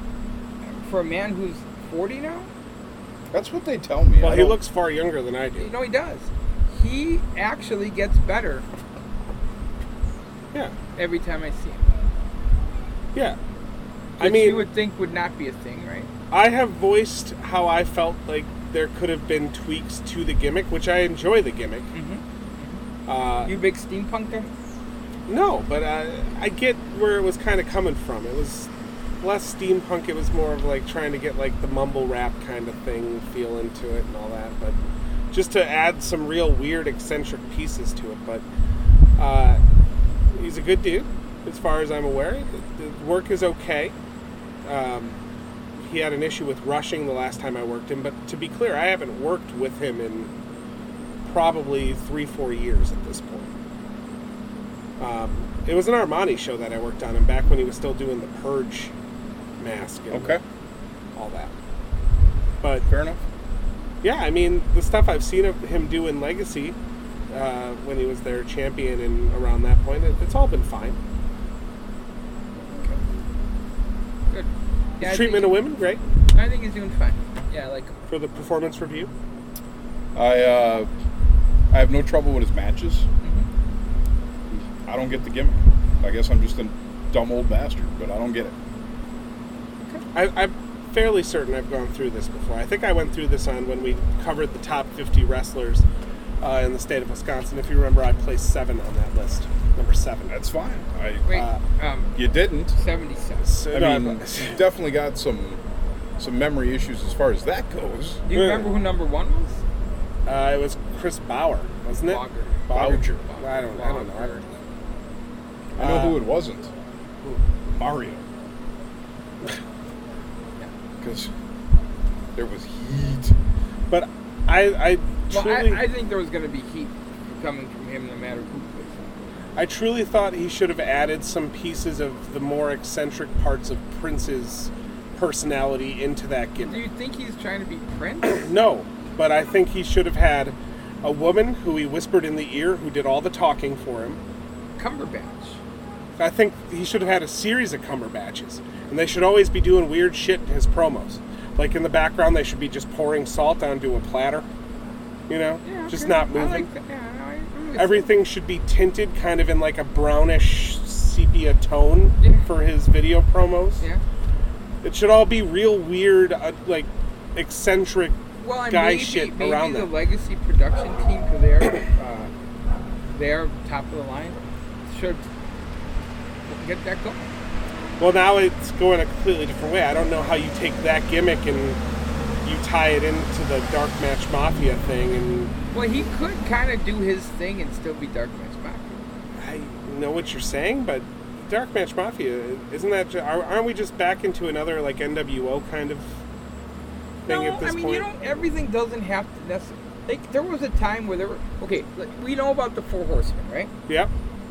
for a man who's 40 now, That's what they tell me. Well, I he don't- looks far younger than I you do. know he does. He actually gets better Yeah, every time I see him. yeah. I Which mean, you would think would not be a thing, right? I have voiced how I felt like there could have been tweaks to the gimmick, which I enjoy the gimmick. Uh, You big steampunker? no, but I, I get where it was kind of coming from. It was less steampunk. It was more of like trying to get like the mumble rap kind of thing feel into it and all that. But just to add some real weird eccentric pieces to it. But uh, he's a good dude, as far as I'm aware. The, the work is okay. Um, he had an issue with rushing the last time I worked him, but to be clear, I haven't worked with him in probably three, four years at this point. Um, it was an Armani show that I worked on him back when he was still doing the Purge mask and Okay. all that. But Fair enough. yeah, I mean the stuff I've seen of him do in Legacy uh, when he was their champion and around that point, it, it's all been fine. Good. Yeah, I His treatment of think, women, great I think he's doing fine. Yeah, I like him. for the performance review. I uh, I have no trouble with his matches. I don't get the gimmick. I guess I'm just a dumb old bastard, but I don't get it. I, I fairly certain I've gone through this before. I think I went through this on when we covered the top 50 wrestlers uh, in the state of Wisconsin. If you remember, I placed seven on that list, number seven. That's fine. I Wait, Uh, um, you didn't. seventy-seven. So, um, I no, mean, I'm- you definitely got some some memory issues as far as that goes. Do you remember who number one was? Uh, it was Chris Bauer, wasn't it? Bogger. Bauer. Boucher. I don't. I don't know. I Bogger. don't know. I know Uh, who it wasn't. Mario. Because there was heat. But I, I Well, truly, I, I, I think there was going to be heat coming from him, no matter who plays. him. truly thought he should have added some pieces of the more eccentric parts of Prince's personality into that gimmick. Do you think he's trying to be Prince? No, but I think he should have had a woman who he whispered in the ear who did all the talking for him. Cumberbatch. I think he should have had a series of Cumberbatches, and they should always be doing weird shit in his promos. Like in the background, they should be just pouring salt onto a platter, you know, Yeah, just okay. not I moving. like that. Yeah, no, I- I'm with Everything should be tinted kind of in like a brownish sepia tone Yeah. for his video promos. you. Yeah. It should all be real weird, uh, like eccentric Well, and guy maybe, shit maybe around the them. legacy production team for their uh, their top of the line should get that going. Well, now it's going a completely different way. I don't know how you take that gimmick and you tie it into the Dark Match Mafia thing, and Well, he could kind of do his thing and still be Dark Match Mafia. I know what you're saying, but Dark Match Mafia isn't that? ju- are- Aren't we just back into another like NWO kind of thing no, at this I mean point? you don't. Everything doesn't have to necessarily. Like there was a time where there were okay. Like, we know about the Four Horsemen, right? Yep.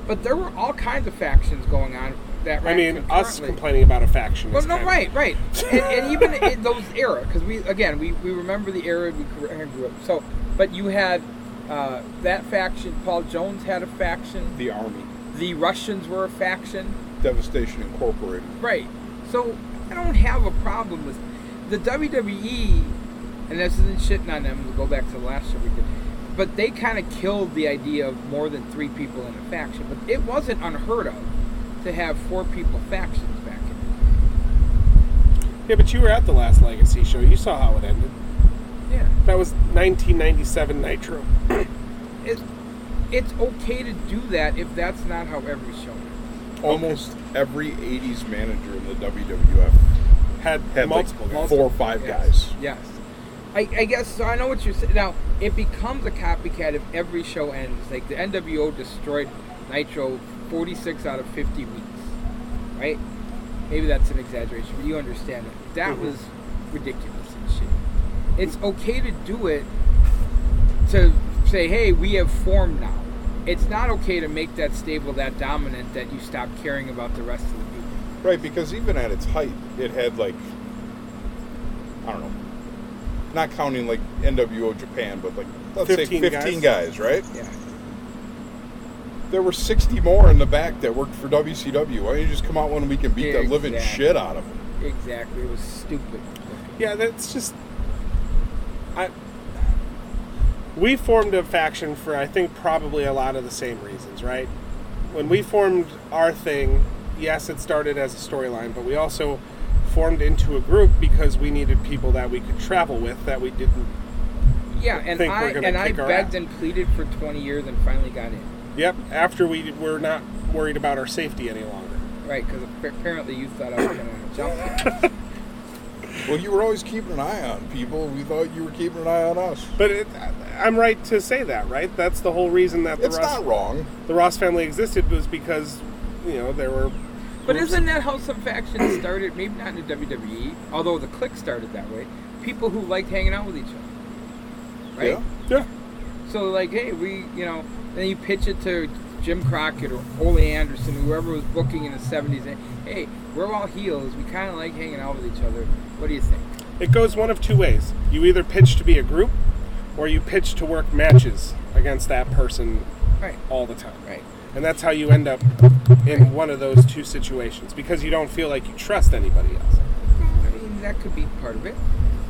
But there were all kinds of factions going on that I ran mean, us concurrently. complaining about a faction. Well, is no, kind right, of- right, and, and even in those era, because we again we, we remember the era we grew- I grew up. So, but you had uh, that faction. Paul Jones had a faction. The Army. The Russians were a faction. Devastation Incorporated. Right. So I don't have a problem with the WWE, and this isn't shitting on them. We'll go back to the last show we did, but they kind of killed the idea of more than three people in a faction. But it wasn't unheard of to have four people factions back. in Yeah, but you were at the last Legacy show. You saw how it ended. Yeah. That was 1997 Nitro. It, it's okay to do that if that's not how every show is. Almost every 80s manager in the WWF Had, had multiple like guys. four or five Yes. guys. Yes. I, I guess so. I know what you're saying. Now it becomes a copycat if every show ends. Like the NWO destroyed Nitro 46 out of 50 weeks, right? Maybe that's an exaggeration, but you understand it. That Mm-hmm. Mhm. was ridiculous and shit. It's okay to do it to say, hey, we have form now. It's not okay to make that stable that dominant that you stop caring about the rest of the people. Right, because even at its height, it had like, I don't know, not counting like NWO Japan, but like, let's 15 say 15 guys, right? Yeah. There were 60 more in the back that worked for WCW. Why don't you just come out one week and beat the living Exactly. shit out of them? Exactly. It was stupid. Yeah, that's just. I. We formed a faction for I think probably a lot of the same reasons, right? When we formed our thing, yes, it started as a storyline, but we also formed into a group because we needed people that we could travel with that we didn't. Yeah, and think we're I gonna and I kick our begged ass. and pleaded for 20 years and finally got in. Yep. After we were not worried about our safety any longer. Right, because apparently you thought I was going to jump. you. Well, you were always keeping an eye on people. We thought you were keeping an eye on us. But it, I'm right to say that, right? That's the whole reason that the It's Ross, not wrong. the Ross family existed was because, you know, there were. But groups- isn't that how some factions started? Maybe not in the WWE, although the clique started that way. People who liked hanging out with each other, right? Yeah. Yeah. So like, hey, we, you know, then you pitch it to Jim Crockett or Ole Anderson, whoever was booking in the 70s. And, hey, we're all heels. We kind of like hanging out with each other. What do you think? It goes one of two ways. You either pitch to be a group, or you pitch to work matches against that person Right, all the time. right. And that's how you end up in one of those two situations because you don't feel like you trust anybody else. I mean, that could be part of it.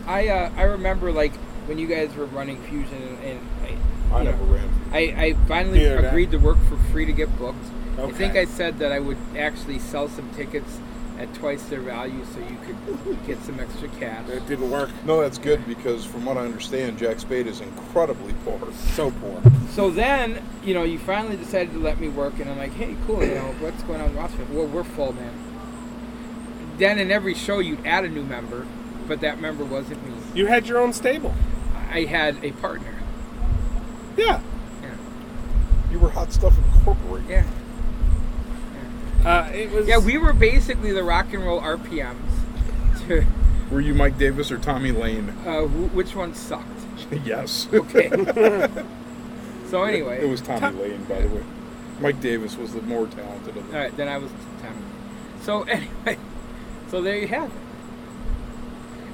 I uh, I remember like when you guys were running Fusion, and, and I, I you never know, ran. I, I finally Neither did I. agreed to work for free to get booked. I Okay. think I said that I would actually sell some tickets at twice their value so you could get some extra cash. It didn't work. No, that's good because from what I understand, Jack Spade is incredibly poor. So poor. So then, you know, you finally decided to let me work, and I'm like, hey, cool, you know, what's going on in Watchmen? Well, we're full, man. Then in every show, you'd add a new member, but that member wasn't me. You had your own stable. I had a partner. Yeah. Yeah. You were Hot Stuff Incorporated. Yeah. Uh, it was. Yeah, we were basically the rock and roll RPMs. To, Were you Mike Davis or Tommy Lane? uh, wh- which one sucked? yes. Okay. so anyway, It was Tommy Lane, by the way. Mike Davis was the more talented of All them. right, then I was Tommy. So anyway, so there you have it.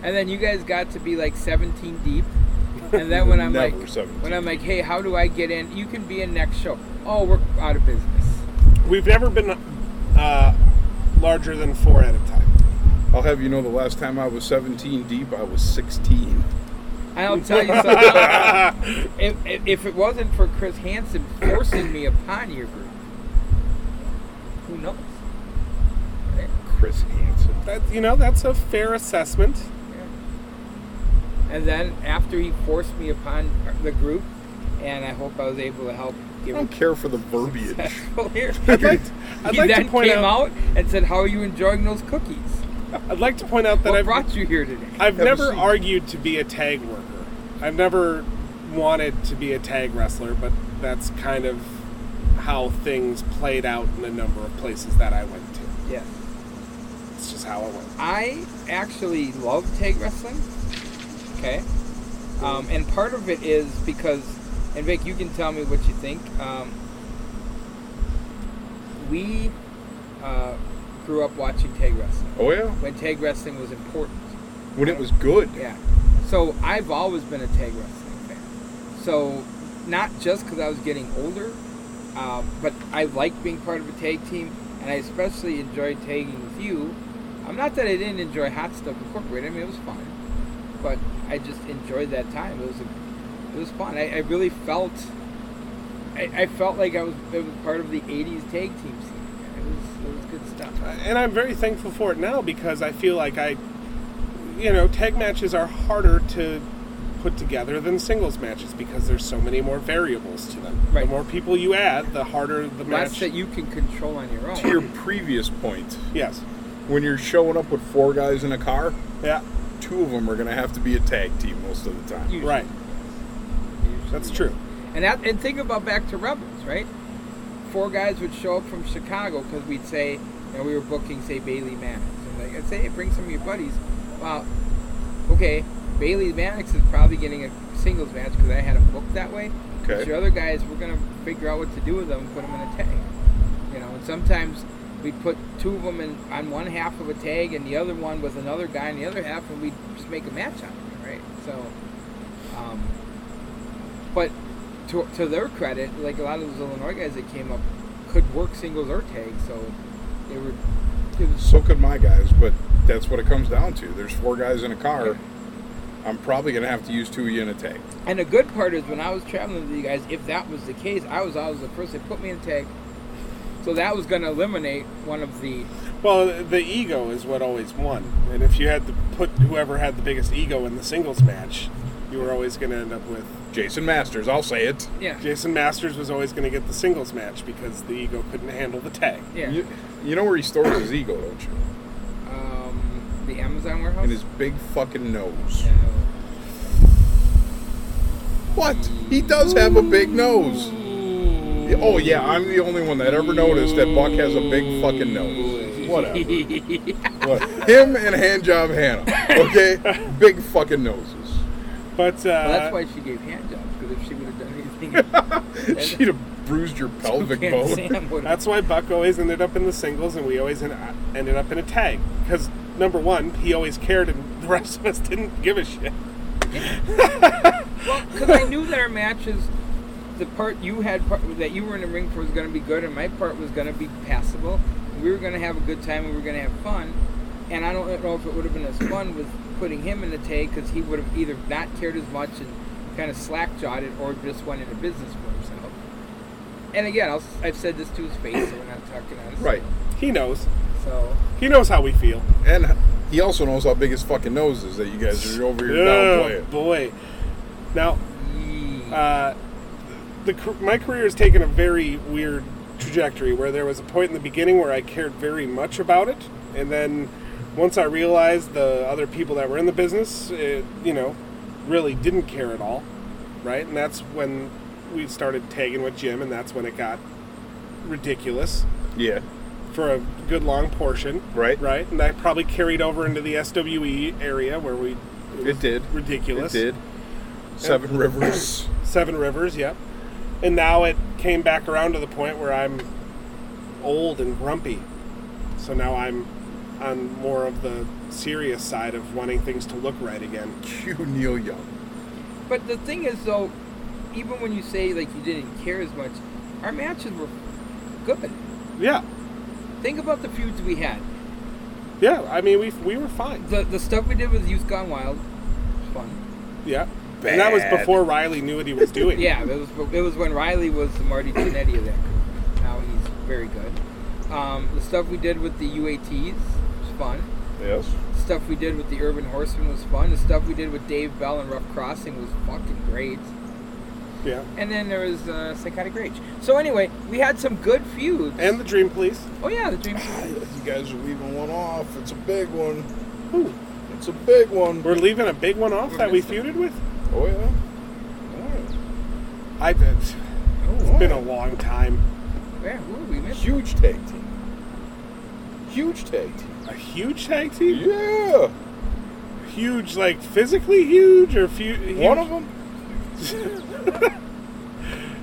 And then you guys got to be like 17 deep, and then when I'm Never like, 17 when I'm like, hey, how do I get in? You can be in next show. Oh, we're out of business. We've never been uh, larger than four at a time. I'll have you know the last time I was 17 deep, I was 16. And I'll tell you something. if, if, if it wasn't for Chris Hansen forcing me upon your group, who knows? Chris Hansen. That you know, that's a fair assessment. And then after he forced me upon the group, and I hope I was able to help I give don't care for the verbiage. Well, here. I'd like to, I'd he like then to point came out, out. and said, "How are you enjoying those cookies? I'd like to point out that what I've brought you here today?" I've Have a never seat. argued to be a tag worker. I've never wanted to be a tag wrestler, but that's kind of how things played out in a number of places that I went to. yes, It's just how it went. I actually love tag wrestling. Okay, um, and part of it is because, and Vic, you can tell me what you think. Um, we uh, grew up watching tag wrestling Oh, yeah? when tag wrestling was important. When it was good. Yeah. So I've always been a tag wrestling fan. So not just because I was getting older, um, but I liked being part of a tag team, and I especially enjoyed tagging with you. I'm not that I didn't enjoy Hot Stuff Incorporated. I mean, it was fun, but I just enjoyed that time. It was a, it was fun. I, I really felt. I, I felt like I was, I was part of the '80s tag team scene. It was, it was good stuff. and I'm very thankful for it now because I feel like I, you know, tag matches are harder to put together than singles matches because there's so many more variables to them. Right. The more people you add, the harder the Less match. that you can control on your own. To your previous point, yes. when you're showing up with four guys in a car, Yeah. two of them are going to have to be a tag team most of the time. Usually. Right. That's true. And that, and think about back to Rebels, right? Four guys would show up from Chicago because we'd say, you know, we were booking, say, Bailey Mannix. And like, I'd say, hey, bring some of your buddies. Well, okay, Bailey Mannix is probably getting a singles match because I had him booked that way. Okay. But your other guys, we're going to figure out what to do with them and put them in a tag. You know, and sometimes we put two of them in, on one half of a tag and the other one with another guy in the other half, and we just make a match out of it, right? So, um, but to, to their credit, like a lot of those Illinois guys that came up could work singles or tags, so they were. It was, So could my guys, but that's what it comes down to. There's four guys in a car. I'm probably going to have to use two of you in a tag. and the good part is when I was traveling with you guys, if that was the case, I was always the person that put me in a tag. So that was going to eliminate one of the. Well, the ego is what always won. And if you had to put whoever had the biggest ego in the singles match, you were always going to end up with Jason Masters, I'll say it. Yeah. Jason Masters was always going to get the singles match because the ego couldn't handle the tag. Yeah. You, you know where he stores his ego, don't you? Um, the Amazon warehouse. In his big fucking nose. No. What? He does have a big nose. Oh yeah, I'm the only one that ever noticed that Buck has a big fucking nose. Whatever. what? Him and Handjob Hannah. Okay, big fucking noses. But uh, Well, that's why she gave hand jobs because if she would have done anything, else, She'd have bruised your pelvic Toucan bone. Sam would have. That's why Buck always ended up in the singles, and we always en- ended up in a tag. Because number one, he always cared, and the rest of us didn't give a shit. Because I knew that our matches, the part you had part, that you were in the ring for was going to be good, and my part was going to be passable. We were going to have a good time, and we were going to have fun. And I don't know if it would have been as fun with putting him in the tag because he would have either not cared as much and kind of slack jawed it, or just went into business for himself. And again, I'll, I've said this to his face, so we're not talking on his Right. He knows. So He knows how we feel. And he also knows how big his fucking nose is that you guys are over here Oh, downplaying. boy. Now, uh, the car- my career has taken a very weird trajectory where there was a point in the beginning where I cared very much about it, and then once I realized the other people that were in the business, it, you know, really didn't care at all, right? And that's when we started tagging with Jim, and that's when it got ridiculous Yeah. for a good long portion. Right. Right. And that probably carried over into the SWE area where we. was It did. Ridiculous. It did. Seven Rivers. Seven Rivers, yep. And now it came back around to the point where I'm old and grumpy. So now I'm on more of the serious side of wanting things to look right again. Q Neil Young. But the thing is, though, even when you say like you didn't care as much, our matches were good. Yeah. Think about the feuds we had. Yeah. I mean, we, we were fine. The the stuff we did with Youth Gone Wild, was fun. Yeah. And that was Bad. before Riley knew what he was doing. Yeah, it was it was when Riley was the Marty Jannetty of that group. Now he's very good. Um, the stuff we did with the UATs was fun. Yes. The stuff we did with the Urban Horsemen was fun. The stuff we did with Dave Bell and Rough Crossing was fucking great. Yeah. And then there was uh, Psychotic Rage. So anyway, we had some good feuds. And the Dream Police. oh yeah, the Dream. You guys are leaving one off. It's a big one. Ooh, It's a big one. we're leaving a big one off We're that we missing. feuded with? Oh yeah. I did. It's It's been a long time. Where? Oh, Who are we missing? huge tag team. Huge tag team. A huge tag team? Yeah. huge, like physically huge, or few? Huge? One of them.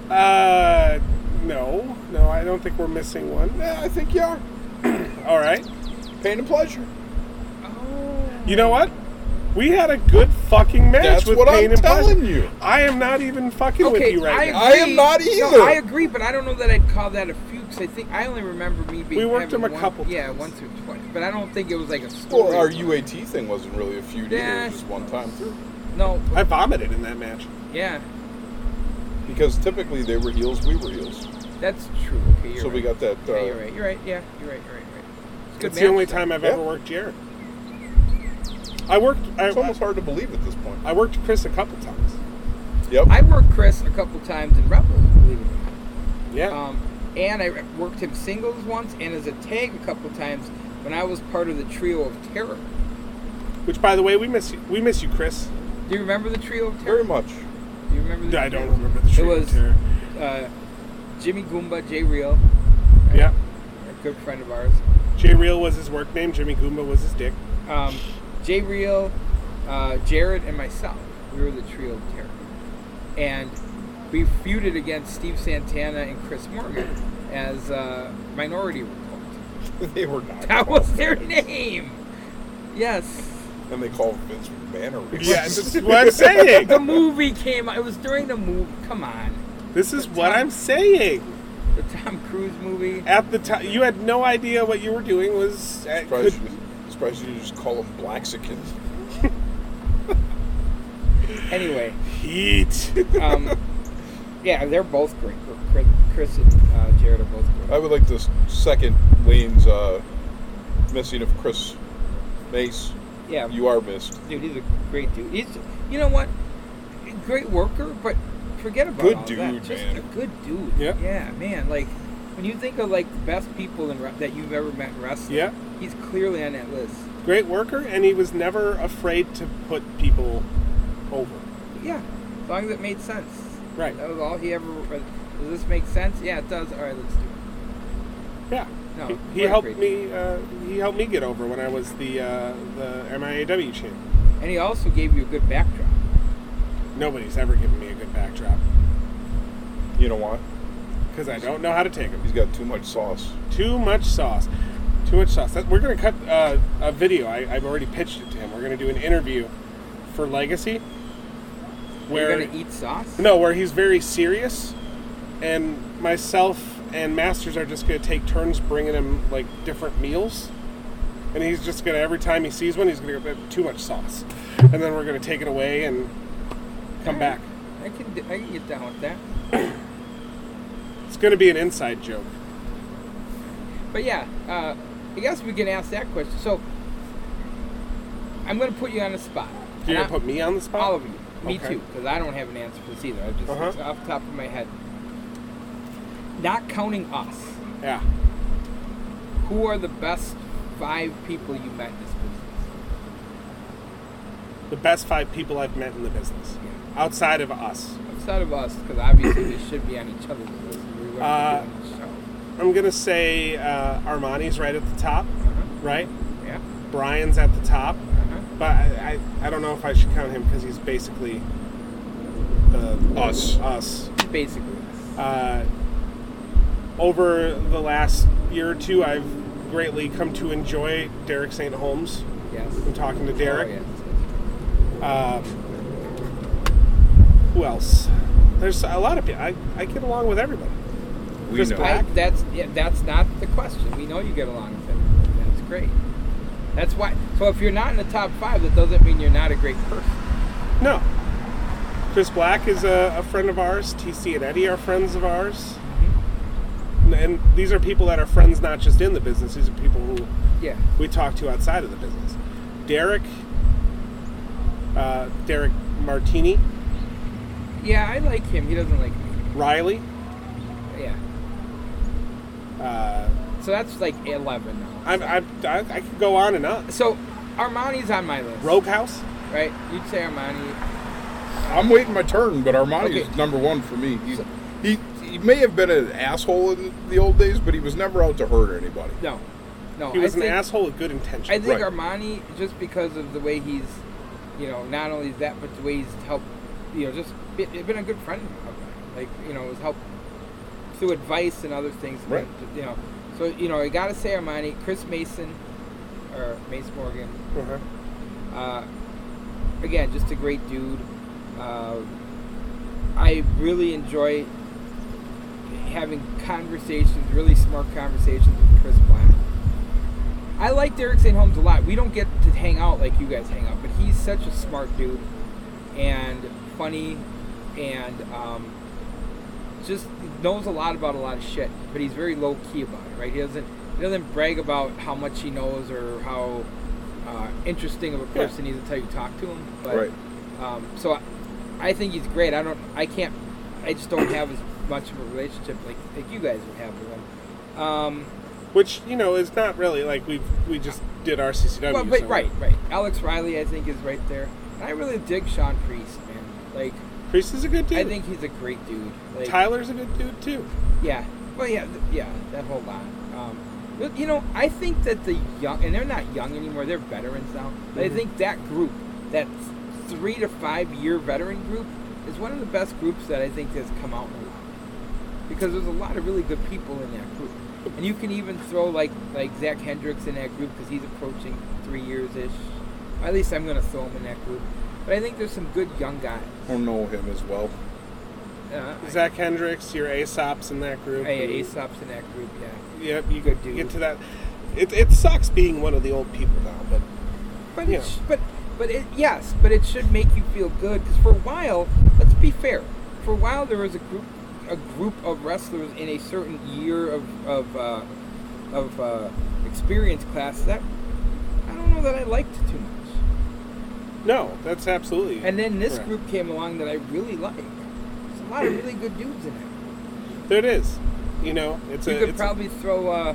Uh, no, no, I don't think we're missing one. Yeah, I think you are. All right, Pain and pleasure. Oh. you know what? We had a good fucking match That's with what Pain I'm and Pleasure. telling you. I am not even fucking with Okay, you I, right now. I am agree. not either. No, I agree, but I don't know that I'd call that a feud because I think I only remember me being. We worked having him a one- couple Yeah, times. once or twice, but I don't think it was like a story. Well, our UAT thing wasn't really a feud either. It Yeah. was just one time through. No. I vomited in that match. Yeah, Because typically they were heels, we were heels. that's true. Okay, you're so right. we got that. Uh, Okay, you're right. You're right. Yeah, you're right. You're right. You're right. It's, a good It's the only match, though. time I've Yeah. ever worked Jared. I worked. I, It's almost hard to believe at this point. I worked Chris a couple times. Yep. I worked Chris a couple times in Rebel, believe it or not. Yeah. Um, and I worked him singles once and as a tag a couple times when I was part of the trio of terror. Uh. Which, by the way, we miss you. We miss you, Chris. Do you remember the trio of terror? Very much. Do you remember? I don't remember the It Trio of was Terror. uh, Jimmy Goomba, Jay Real, Yeah. a good friend of ours. J Real was his work name. Jimmy Goomba was his dick. Um, Jay Real, uh, Jared, and myself. We were the trio of terror, and we feuded against Steve Santana and Chris Morgan as uh, Minority Report. they were not. That called was their that. name. Yes. And they called Vince McMahon a racist. Yeah, this is what I'm saying. The movie came out. It was during the movie. Come on. This is what I'm saying. The Tom Cruise movie. At the time, you had no idea what you were doing was. uh, Surprised could- you, surprised you didn't just call them Blacksicans. Anyway, heat. um, yeah, they're both great. Chris- Chris and uh, Jared are both I great. would like to s- second Lane's uh, missing of Chris Mace. Yeah, You are missed. dude, he's a great dude. He's, you know what? A Great worker, but forget about Good all dude, that. Just man. a good dude. Yeah. Yeah, man. Like when you think of like the best people in re- that you've ever met in wrestling, Yeah. he's clearly on that list. Great worker, and he was never afraid to put people over. Yeah, as long as it made sense. Right. That was all he ever. uh, Does this make sense? Yeah, it does. All right, let's do it. Yeah. No, he he what a helped great me. Uh, he helped me get over when I was the uh, the MIAW champ. And he also gave you a good backdrop. Nobody's ever given me a good backdrop You know why? because I don't know how to take them. He's got too much sauce. Too much sauce. Too much sauce. That, we're going to cut uh, a video. I, I've already pitched it to him. We're going to do an interview for Legacy. You're gonna eat sauce? No, where he's very serious, and myself and Masters are just going to take turns bringing him like different meals, and he's just going to every time he sees one, he's going to go too much sauce, and then we're going to take it away and come back. I can do, I can get down with that. It's going to be an inside joke. But yeah, uh, I guess we can ask that question. So, I'm going to put you on the spot. You're And I- gonna put me on the spot. all of you. Me Okay. too, because I don't have an answer for this either. I just Uh-huh. it's off the top of my head. Not counting us, Yeah. who are the best five people you met in this business? The best five people I've met in the business, outside of us. Outside of us, because obviously we should be on each other's list. We wouldn't be Uh, doing this show. I'm gonna say uh, Armani's right at the top, Uh-huh. right? Yeah. Brian's at the top, Uh-huh. but I, I, I don't know if I should count him because he's basically the Us. us. Basically. Uh, over the last year or two, I've greatly come to enjoy Derek St. Holmes. Yes. I'm talking to Oh, Derek. yes. Uh, who else? There's a lot of people. I, I get along with everybody. We Chris know. I, Black. that's yeah, that's not the question. We know you get along with everyone. That's great. That's why. So if you're not in the top five, that doesn't mean you're not a great person. No. Chris Black is a, a friend of ours. TC and Eddie are friends of ours. And, and these are people that are friends not just in the business, these are people who Yeah. we talk to outside of the business. Derek, uh, Derek Martini, Yeah, I like him. He doesn't like me. Riley. Yeah. Uh, So that's like 11 now. I'm, I'm, I, I could go on and on. So Armani's on my list. Rogue House. Right? You'd say Armani. I'm waiting my turn, but Armani Okay. is number one for me. He's, he he may have been an asshole in the old days, but he was never out to hurt anybody. No. No. He was I an think, asshole with good I intentions. think Right. Armani, just because of the way he's, you know, not only that, but the way he's helped, you know, just be- been a good friend. of mine. Like, you know, has helped through advice and other things. Right. You know, so, you know, I got to say Armani, Chris Mason, or Mace Morgan, Uh-huh. Uh, again, just a great dude. Uh, I really enjoy having conversations, really smart conversations with Chris Black. I like Derek St. Holmes a lot. We don't get to hang out like you guys hang out, but he's such a smart dude and funny and um, just knows a lot about a lot of shit. But he's very low key about it, right? He doesn't he doesn't brag about how much he knows or how uh, interesting of a Yeah. person he is until you talk to him. But, Right. Um, so I, I think he's great. I don't. I can't. I just don't have as much of a relationship like, like you guys would have with him. Um, Which, you know, is not really like we've, we just did RCCW. Well, but so- right, right. Alex Riley, I think, is right there. And I really dig Sean Priest, man. Like, Priest is a good dude. I think he's a great dude. Like, Tyler's a good dude too. Yeah. Well, yeah, th- yeah. That whole lot. Um, but, you know, I think that the young, and they're not young anymore. They're veterans now. But I think that group, that three to five year veteran group, is one of the best groups that I think has come out in a while. Because there's a lot of really good people in that group. And you can even throw like like Zach Hendricks in that group because he's approaching three years ish. At least I'm going to throw him in that group. But I think there's some good young guys. I don't know him as well. Uh, Zach Hendricks, your Aesop's in that group. I, I, Aesop's in that group, yeah. Yep, you Good dude. get to that. It, it sucks being one of the old people now, but But Yeah. it sh- but but it yes, but it should make you feel good because for a while, let's be fair. For a while, there was a group a group of wrestlers in a certain year of of uh, of uh, experience class that I don't know that I liked too much. no, that's absolutely. And then this correct. group came along that I really like. There's a lot of really good dudes in it. there it is. You know, it's you a could it's probably throw uh,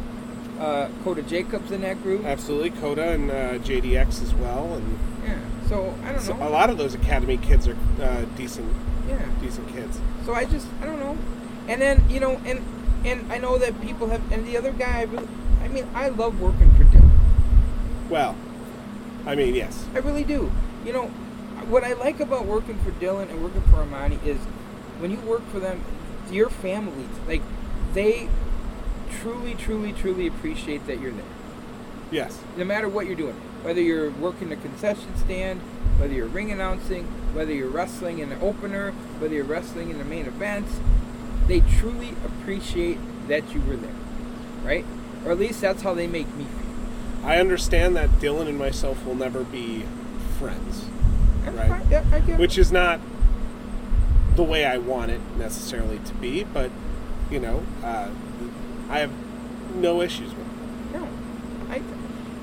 uh, Coda Jacobs in that group. absolutely Coda and uh, JDX as well, and yeah. So I don't so know. a lot of those Academy kids are uh, decent, Yeah. decent kids. So I just I don't know. And then you know, and and I know that people have. And the other guy, I really, I mean, I love working for Dylan. Well, I mean, yes, I really do. You know, what I like about working for Dylan and working for Armani is when you work for them, your family, like they truly, truly, truly appreciate that you're there. yes, no matter what you're doing, whether you're working the concession stand, whether you're ring announcing, whether you're wrestling in the opener, whether you're wrestling in the main events, they truly appreciate that you were there, right? Or at least that's how they make me feel. I understand that Dylan and myself will never be friends, That's Right. fine. Yeah, I get it. which is not the way I want it necessarily to be, but you know, uh, I have no issues with it. No. I,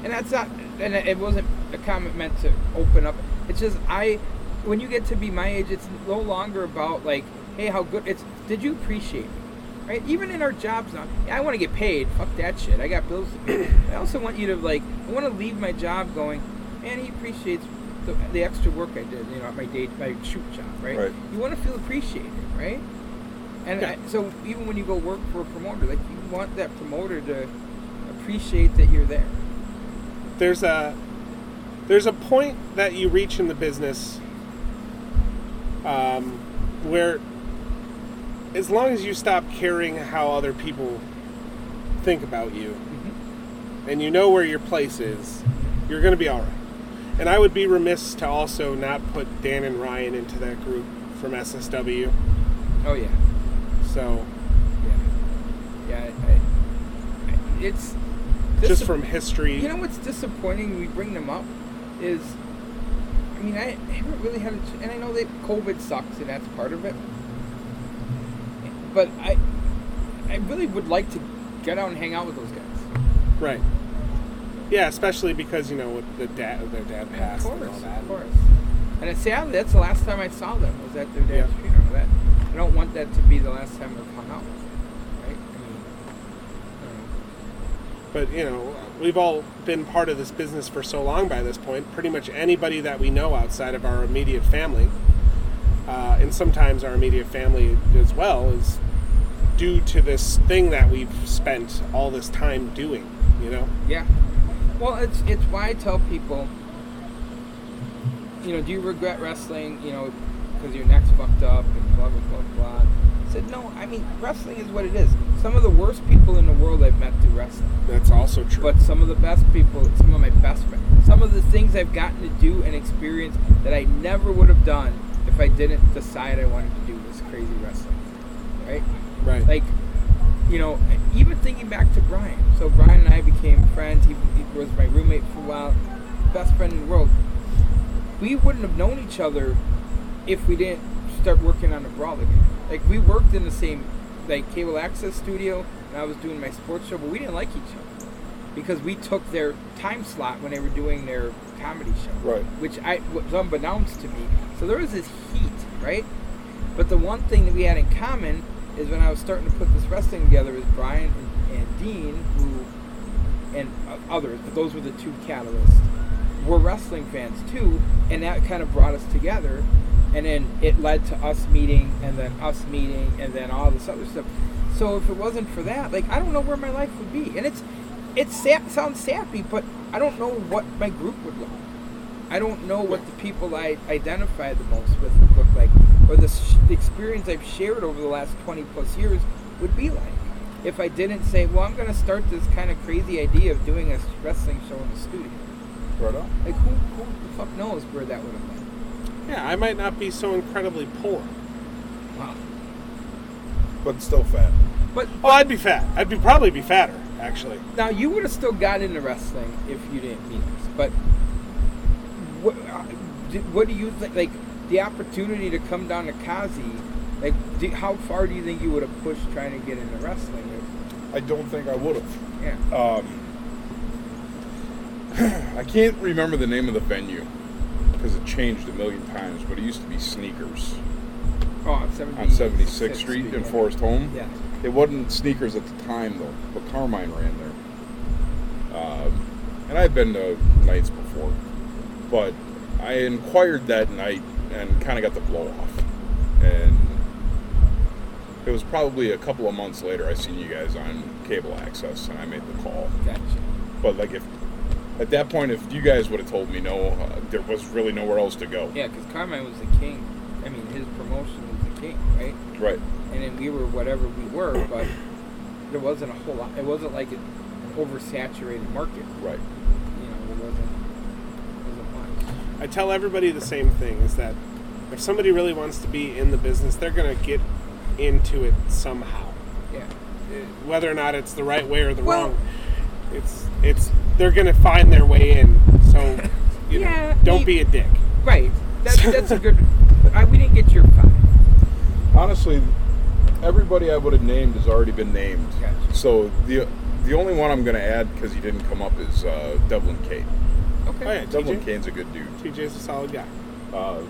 and that's not, and it wasn't a comment meant to open up. It's just I, when you get to be my age, it's no longer about like, hey, how good it's. Did you appreciate me? Right? Even in our jobs now, yeah, I want to get paid. Fuck that shit. I got bills. To pay. I also want you to like. I want to leave my job going. Man, he appreciates the, the extra work I did. You know, at my day, my shoot job. Right. Right. You want to feel appreciated, right? And Yeah. I, so even when you go work for a promoter, like you want that promoter to appreciate that you're there. there's a there's a point that you reach in the business um, where as long as you stop caring how other people think about you Mm-hmm. and you know where your place is you're going to be all right and i would be remiss to also not put dan and ryan into that group from ssw Oh yeah, so yeah, yeah. I, I, it's just disap- from history You know what's disappointing? We bring them up is, I mean, I haven't really had a, ch- and I know that COVID sucks and that's part of it, but I, I really would like to get out and hang out with those guys. right yeah especially because you know with the dad their dad passed of and all course, that of course. And it's sad. That's the last time I saw them was at their dad's Yeah. funeral. That I don't want that to be the last time I've hung out. With them, right? I mean, I uh, don't know. But you know, we've all been part of this business for so long by this point. Pretty much anybody that we know outside of our immediate family, uh, and sometimes our immediate family as well, is due to this thing that we've spent all this time doing. You know, Yeah. Well, it's it's why I tell people, you know, do you regret wrestling? You know, because your neck's fucked up and blah blah blah blah. I said no. I mean, wrestling is what it is. Some of the worst people in the world I've met through wrestling, that's also true. but some of the best people, some of my best friends, some of the things I've gotten to do and experience that I never would have done if I didn't decide I wanted to do this crazy wrestling, thing, right? right, like you know even thinking back to brian so brian and i became friends he, he was my roommate for a while best friend in the world we wouldn't have known each other if we didn't start working on the brawl again like we worked in the same like cable access studio and i was doing my sports show but we didn't like each other because we took their time slot when they were doing their comedy show Right. which i was unbeknownst to me so there was this heat right but the one thing that we had in common is when I was starting to put this wrestling together was Brian and, and Dean, who and uh, others, but those were the two catalysts. Were wrestling fans too, and that kind of brought us together. And then it led to us meeting, and then us meeting, and then all this other stuff. So if it wasn't for that, like I don't know where my life would be. And it's it sa- sounds sappy, but I don't know what my group would look. like. I don't know what the people I identify the most with would look like, or the, sh- the experience I've shared over the last 20 plus years would be like if I didn't say, well, I'm going to start this kind of crazy idea of doing a wrestling show in the studio. Right on. Like, who, who the fuck knows where that would have been? yeah, I might not be so incredibly poor. Wow. But still fat. But Oh, I'd be fat. I'd be probably be fatter actually. now you would have still got into wrestling if you didn't meet us. But what, uh, d- what do you think? Like the opportunity to come down to Kazi, like do, how far do you think you would have pushed trying to get into wrestling? I don't think I would have. Yeah. I can't remember the name of the venue because it changed a million times, but it used to be Sneakers Oh, on 76th, on 76th Street in yeah. Forest Home. Yeah. It wasn't Sneakers at the time, though, but Carmine ran there. Um, and I've been to nights before, but I inquired that night and kind of got the blow off. And it was probably a couple of months later I seen you guys on cable access and I made the call. Gotcha. But like if at that point, if you guys would have told me no, uh, there was really nowhere else to go. Yeah, because Carmine was the king. I mean, his promotion was the king, right? Right. And then we were whatever we were, but there wasn't a whole lot. It wasn't like an oversaturated market. Right. You know, it wasn't. It wasn't much. I tell everybody the same thing is that if somebody really wants to be in the business, they're going to get into it somehow. Yeah. Whether or not it's the right way or the Well- wrong, it's it's they're going to find their way in. So, you Yeah, know, don't you- be a dick. Right. That's that's a good. I, we didn't get your five. honestly, everybody I would have named has already been named. Gotcha. So the the only one I'm going to add because he didn't come up is uh, Devlin Kane. Oh, yeah, Devlin TJ. Kane's a good dude. TJ's a solid guy. Uh,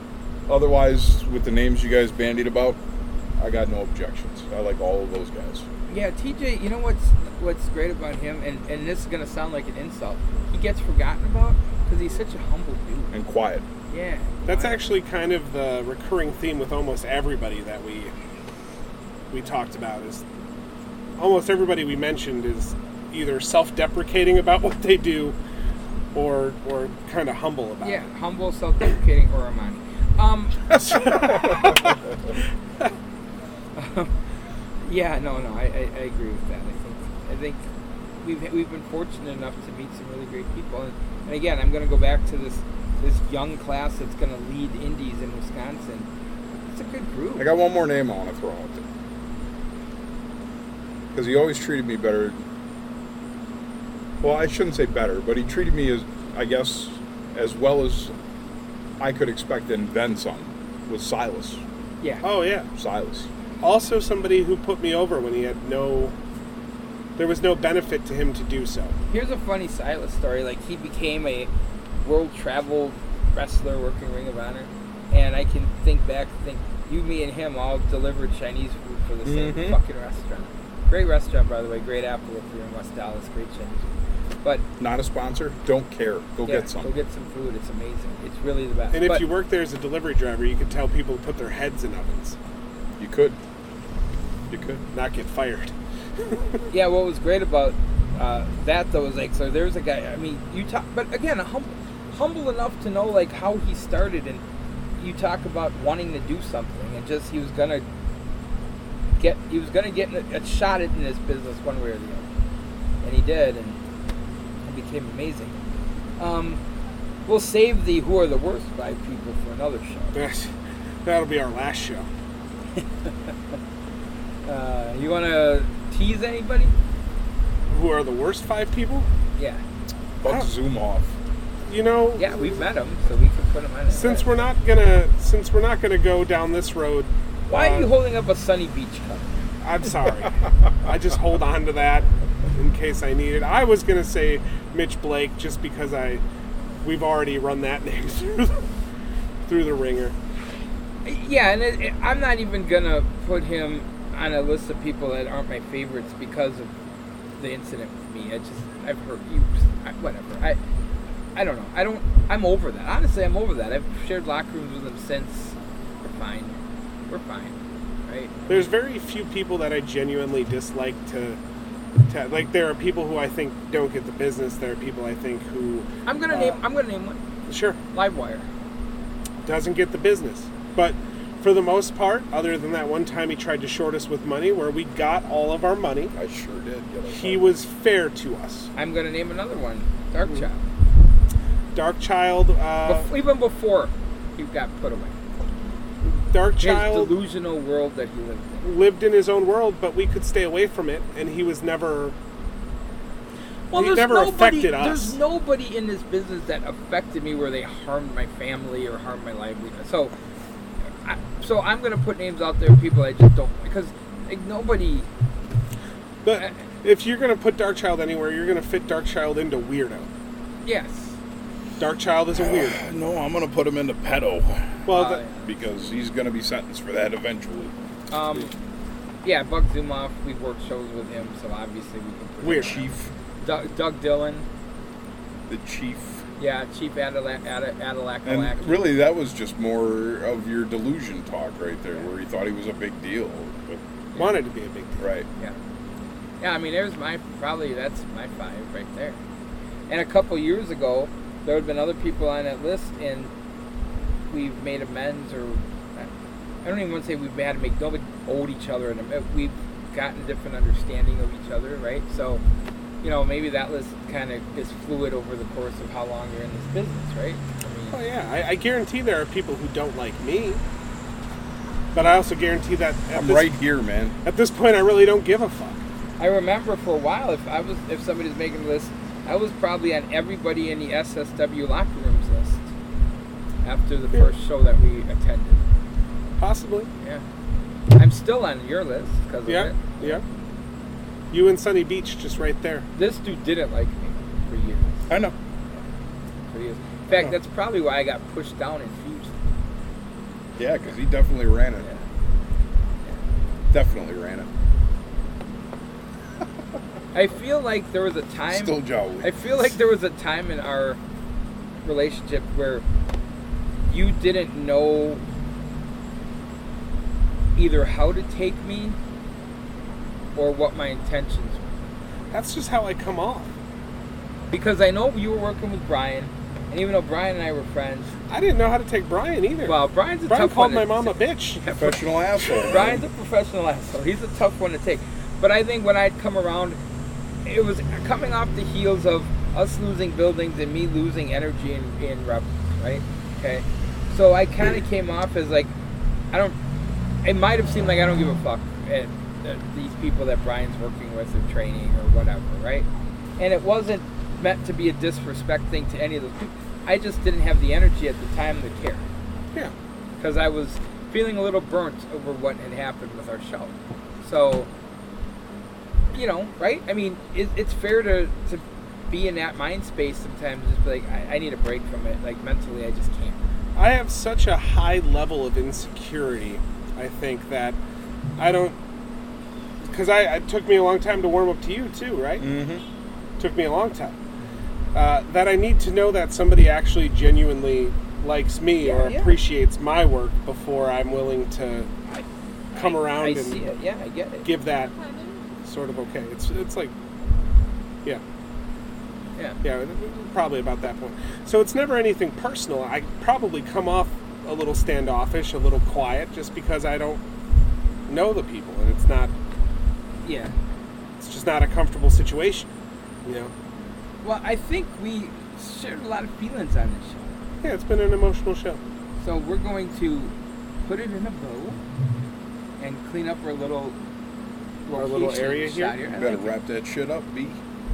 otherwise, with the names you guys bandied about, I got no objections. I like all of those guys. Yeah, TJ, you know what's what's great about him, and, and this is gonna sound like an insult. He gets forgotten about because he's such a humble dude. And quiet. Yeah. That's Why- actually kind of the recurring theme with almost everybody that we we talked about is almost everybody we mentioned is either self-deprecating about what they do or or kind of humble about yeah, humble, self-deprecating, or Armani. Um, yeah, no, no, I, I, I agree with that. I think I think we've we've been fortunate enough to meet some really great people, and, and again, I'm going to go back to this this young class that's going to lead indies in Wisconsin. It's a good group. I got one more name I want to throw out there. Because he always treated me better. Well, I shouldn't say better, but he treated me as, I guess, as well as I could expect and then some. Was Silas. yeah. it. Oh yeah. Silas. Also somebody who put me over when he had no there was no benefit to him to do so. Here's a funny Silas story. Like he became a world travel wrestler working Ring of Honor, and I can think back, think you, me, and him all delivered Chinese food for the same Mm-hmm. Mhm. fucking restaurant. Great restaurant, by the way. Great apple if you're in West Dallas. Great Chinese food. But Not a sponsor. Don't care. Go yeah, get some. go get some food. It's amazing. It's really the best. And if But- you work there as a delivery driver, you could tell people to put their heads in ovens, You could. You could. not get fired. yeah, what was great about uh, that though is like, so there's a guy. I mean, you talk, but again, hum, humble enough to know like how he started, and you talk about wanting to do something, and just he was gonna get, he was gonna get a, a shot at in this business one way or the other, and he did, and it became amazing. Um, we'll save the who are the worst five people for another show. That- That'll be our last show. Uh, you want to tease anybody? Who are the worst five people? Yeah, Buck Zoom off. You know, yeah, we've met him, so we can put him on. it. since we're not gonna since we're not gonna go down this road. Why uh, are you holding up a sunny beach cup? I'm sorry. I just hold on to that in case I need it. I was gonna say Mitch Blake just because I we've already run that name through the, through the ringer. Yeah, and it, it- I'm not even gonna put him on a list of people that aren't my favorites because of the incident with me. I just I've hurt you, I, whatever. I I don't know. I don't. I'm over that. Honestly, I'm over that. I've shared locker rooms with him since. We're fine. We're fine. Right. There's very few people that I genuinely dislike to, to like there are people who I think don't get the business. There are people I think who I'm gonna name. I'm gonna name one. sure Livewire. doesn't get the business. But for the most part, other than that one time he tried to short us with money, where we got all of our money, I sure did. get it. he was fair to us. I'm gonna name another one. Dark Child. Dark Child, uh, Bef- even before he got put away, Dark his Child delusional world that he lived in. lived in his own world, but we could stay away from it, and he was never. Well, It there's never nobody, affected us. There's nobody in this business that affected me where they harmed my family or harmed my livelihood. So, I, so I'm gonna put names out there, of people I just don't because like nobody. But if you're gonna put Dark Child anywhere, you're gonna fit Dark Child into weirdo. Yes. Dark Child is a weirdo. No, I'm going to put him into pedo. Well, Uh, the, because he's going to be sentenced for that eventually. um, yeah, Buck Zumoff. We've worked shows with him, so obviously we can. Put Weird. Chief, Doug, Doug Dillon. the chief, Yeah, Chief Adela- Adela- and Adelacalac. really that was just more of your delusion talk right there, where he thought he was a big deal. But, wanted to be a big deal. right. Yeah. Yeah, I mean, there's my probably that's my five right there. And a couple years ago, there had been other people on that list, and we've made amends, or I don't even want to say we've had to make. Nobody owed each other, and we've gotten a different understanding of each other, right? So, you know, maybe that list kind of is fluid over the course of how long you're in this business, right? I Oh mean, yeah, I, I guarantee there are people who don't like me. But I also guarantee that at I'm this, right here, man. at this point, I really don't give a fuck. I remember for a while, if I was if somebody was making a list, I was probably on everybody in the SSW locker rooms list after the first show that we attended. Possibly. Yeah, I'm still on your list because Yeah. of it. Yeah. You and Sunny Beach just right there. This dude didn't like me for years. I know. For years. In fact, that's probably why I got pushed down in Fuse. Yeah, because he definitely ran it. Yeah. Definitely ran it. I feel like there was a time. Still jolly. I feel like there was a time in our relationship where you didn't know either how to take me or what my intentions were. That's just how I come off. Because I know you were working with Brian, and even though Brian and I were friends, I didn't know how to take Brian either. well, Brian's a Brian tough one called my to- mom a bitch. Professional asshole. man. Brian's a professional asshole. He's a tough one to take. But I think when I'd come around, it was coming off the heels of us losing buildings and me losing energy in, in reps, right? Okay. So I kind of came off as like, I don't, it might have seemed like I don't give a fuck at, at these people that Brian's working with or training or whatever, right? And it wasn't meant to be a disrespect thing to any of those people. I just didn't have the energy at the time to care Yeah. because I was feeling a little burnt over what had happened with our show. So, you know, right? I mean, it, it's fair to, to be in that mind space sometimes, just be like, I, I need a break from it. Like, mentally, I just can't. I have such a high level of insecurity, I think, that I don't. Because I it took me a long time to warm up to you, too, right? Mm-hmm. took me a long time. Uh, that I need to know that somebody actually genuinely likes me Yeah, or yeah. appreciates my work before I'm willing to I, come around I, I and see it. Yeah, I get it. give that sort of okay. It's it's like, yeah, yeah. yeah, probably about that point. So it's never anything personal. I probably come off a little standoffish, a little quiet, just because I don't know the people, and it's not Yeah. it's just not a comfortable situation, you know. Well, I think we shared a lot of feelings on this show. Yeah, it's been an emotional show. So, we're going to put it in a bow and clean up our little. Our little location area here? shot I Better like it. wrap that shit up, B.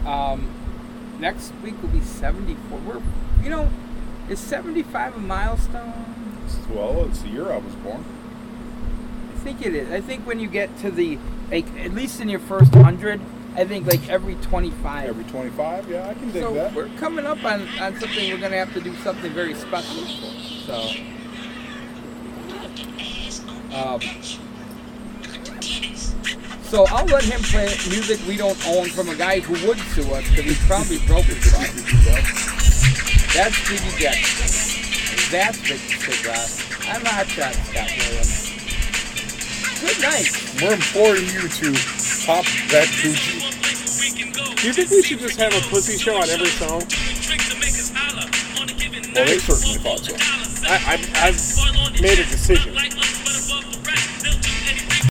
Um, next week will be 74. We're, you know, is 75 a milestone? Well, it's the year I was born. I think it is. I think when you get to the, like, at least in your first 100, I think like every 25. Every 25, yeah, I can dig so that. we're coming up on, on something we're going to have to do something very special for. So. Um, so I'll let him play music we don't own from a guy who would sue us because he's probably broke his body. That's Biggie Jackson. That's Ricky Cigar. I'm Hot Shot Scott Williams. Good night. We're imploring you to pop that coochie. Do you think we should just have a pussy show on every song? Well, they certainly thought so. I, I've, I've made a decision.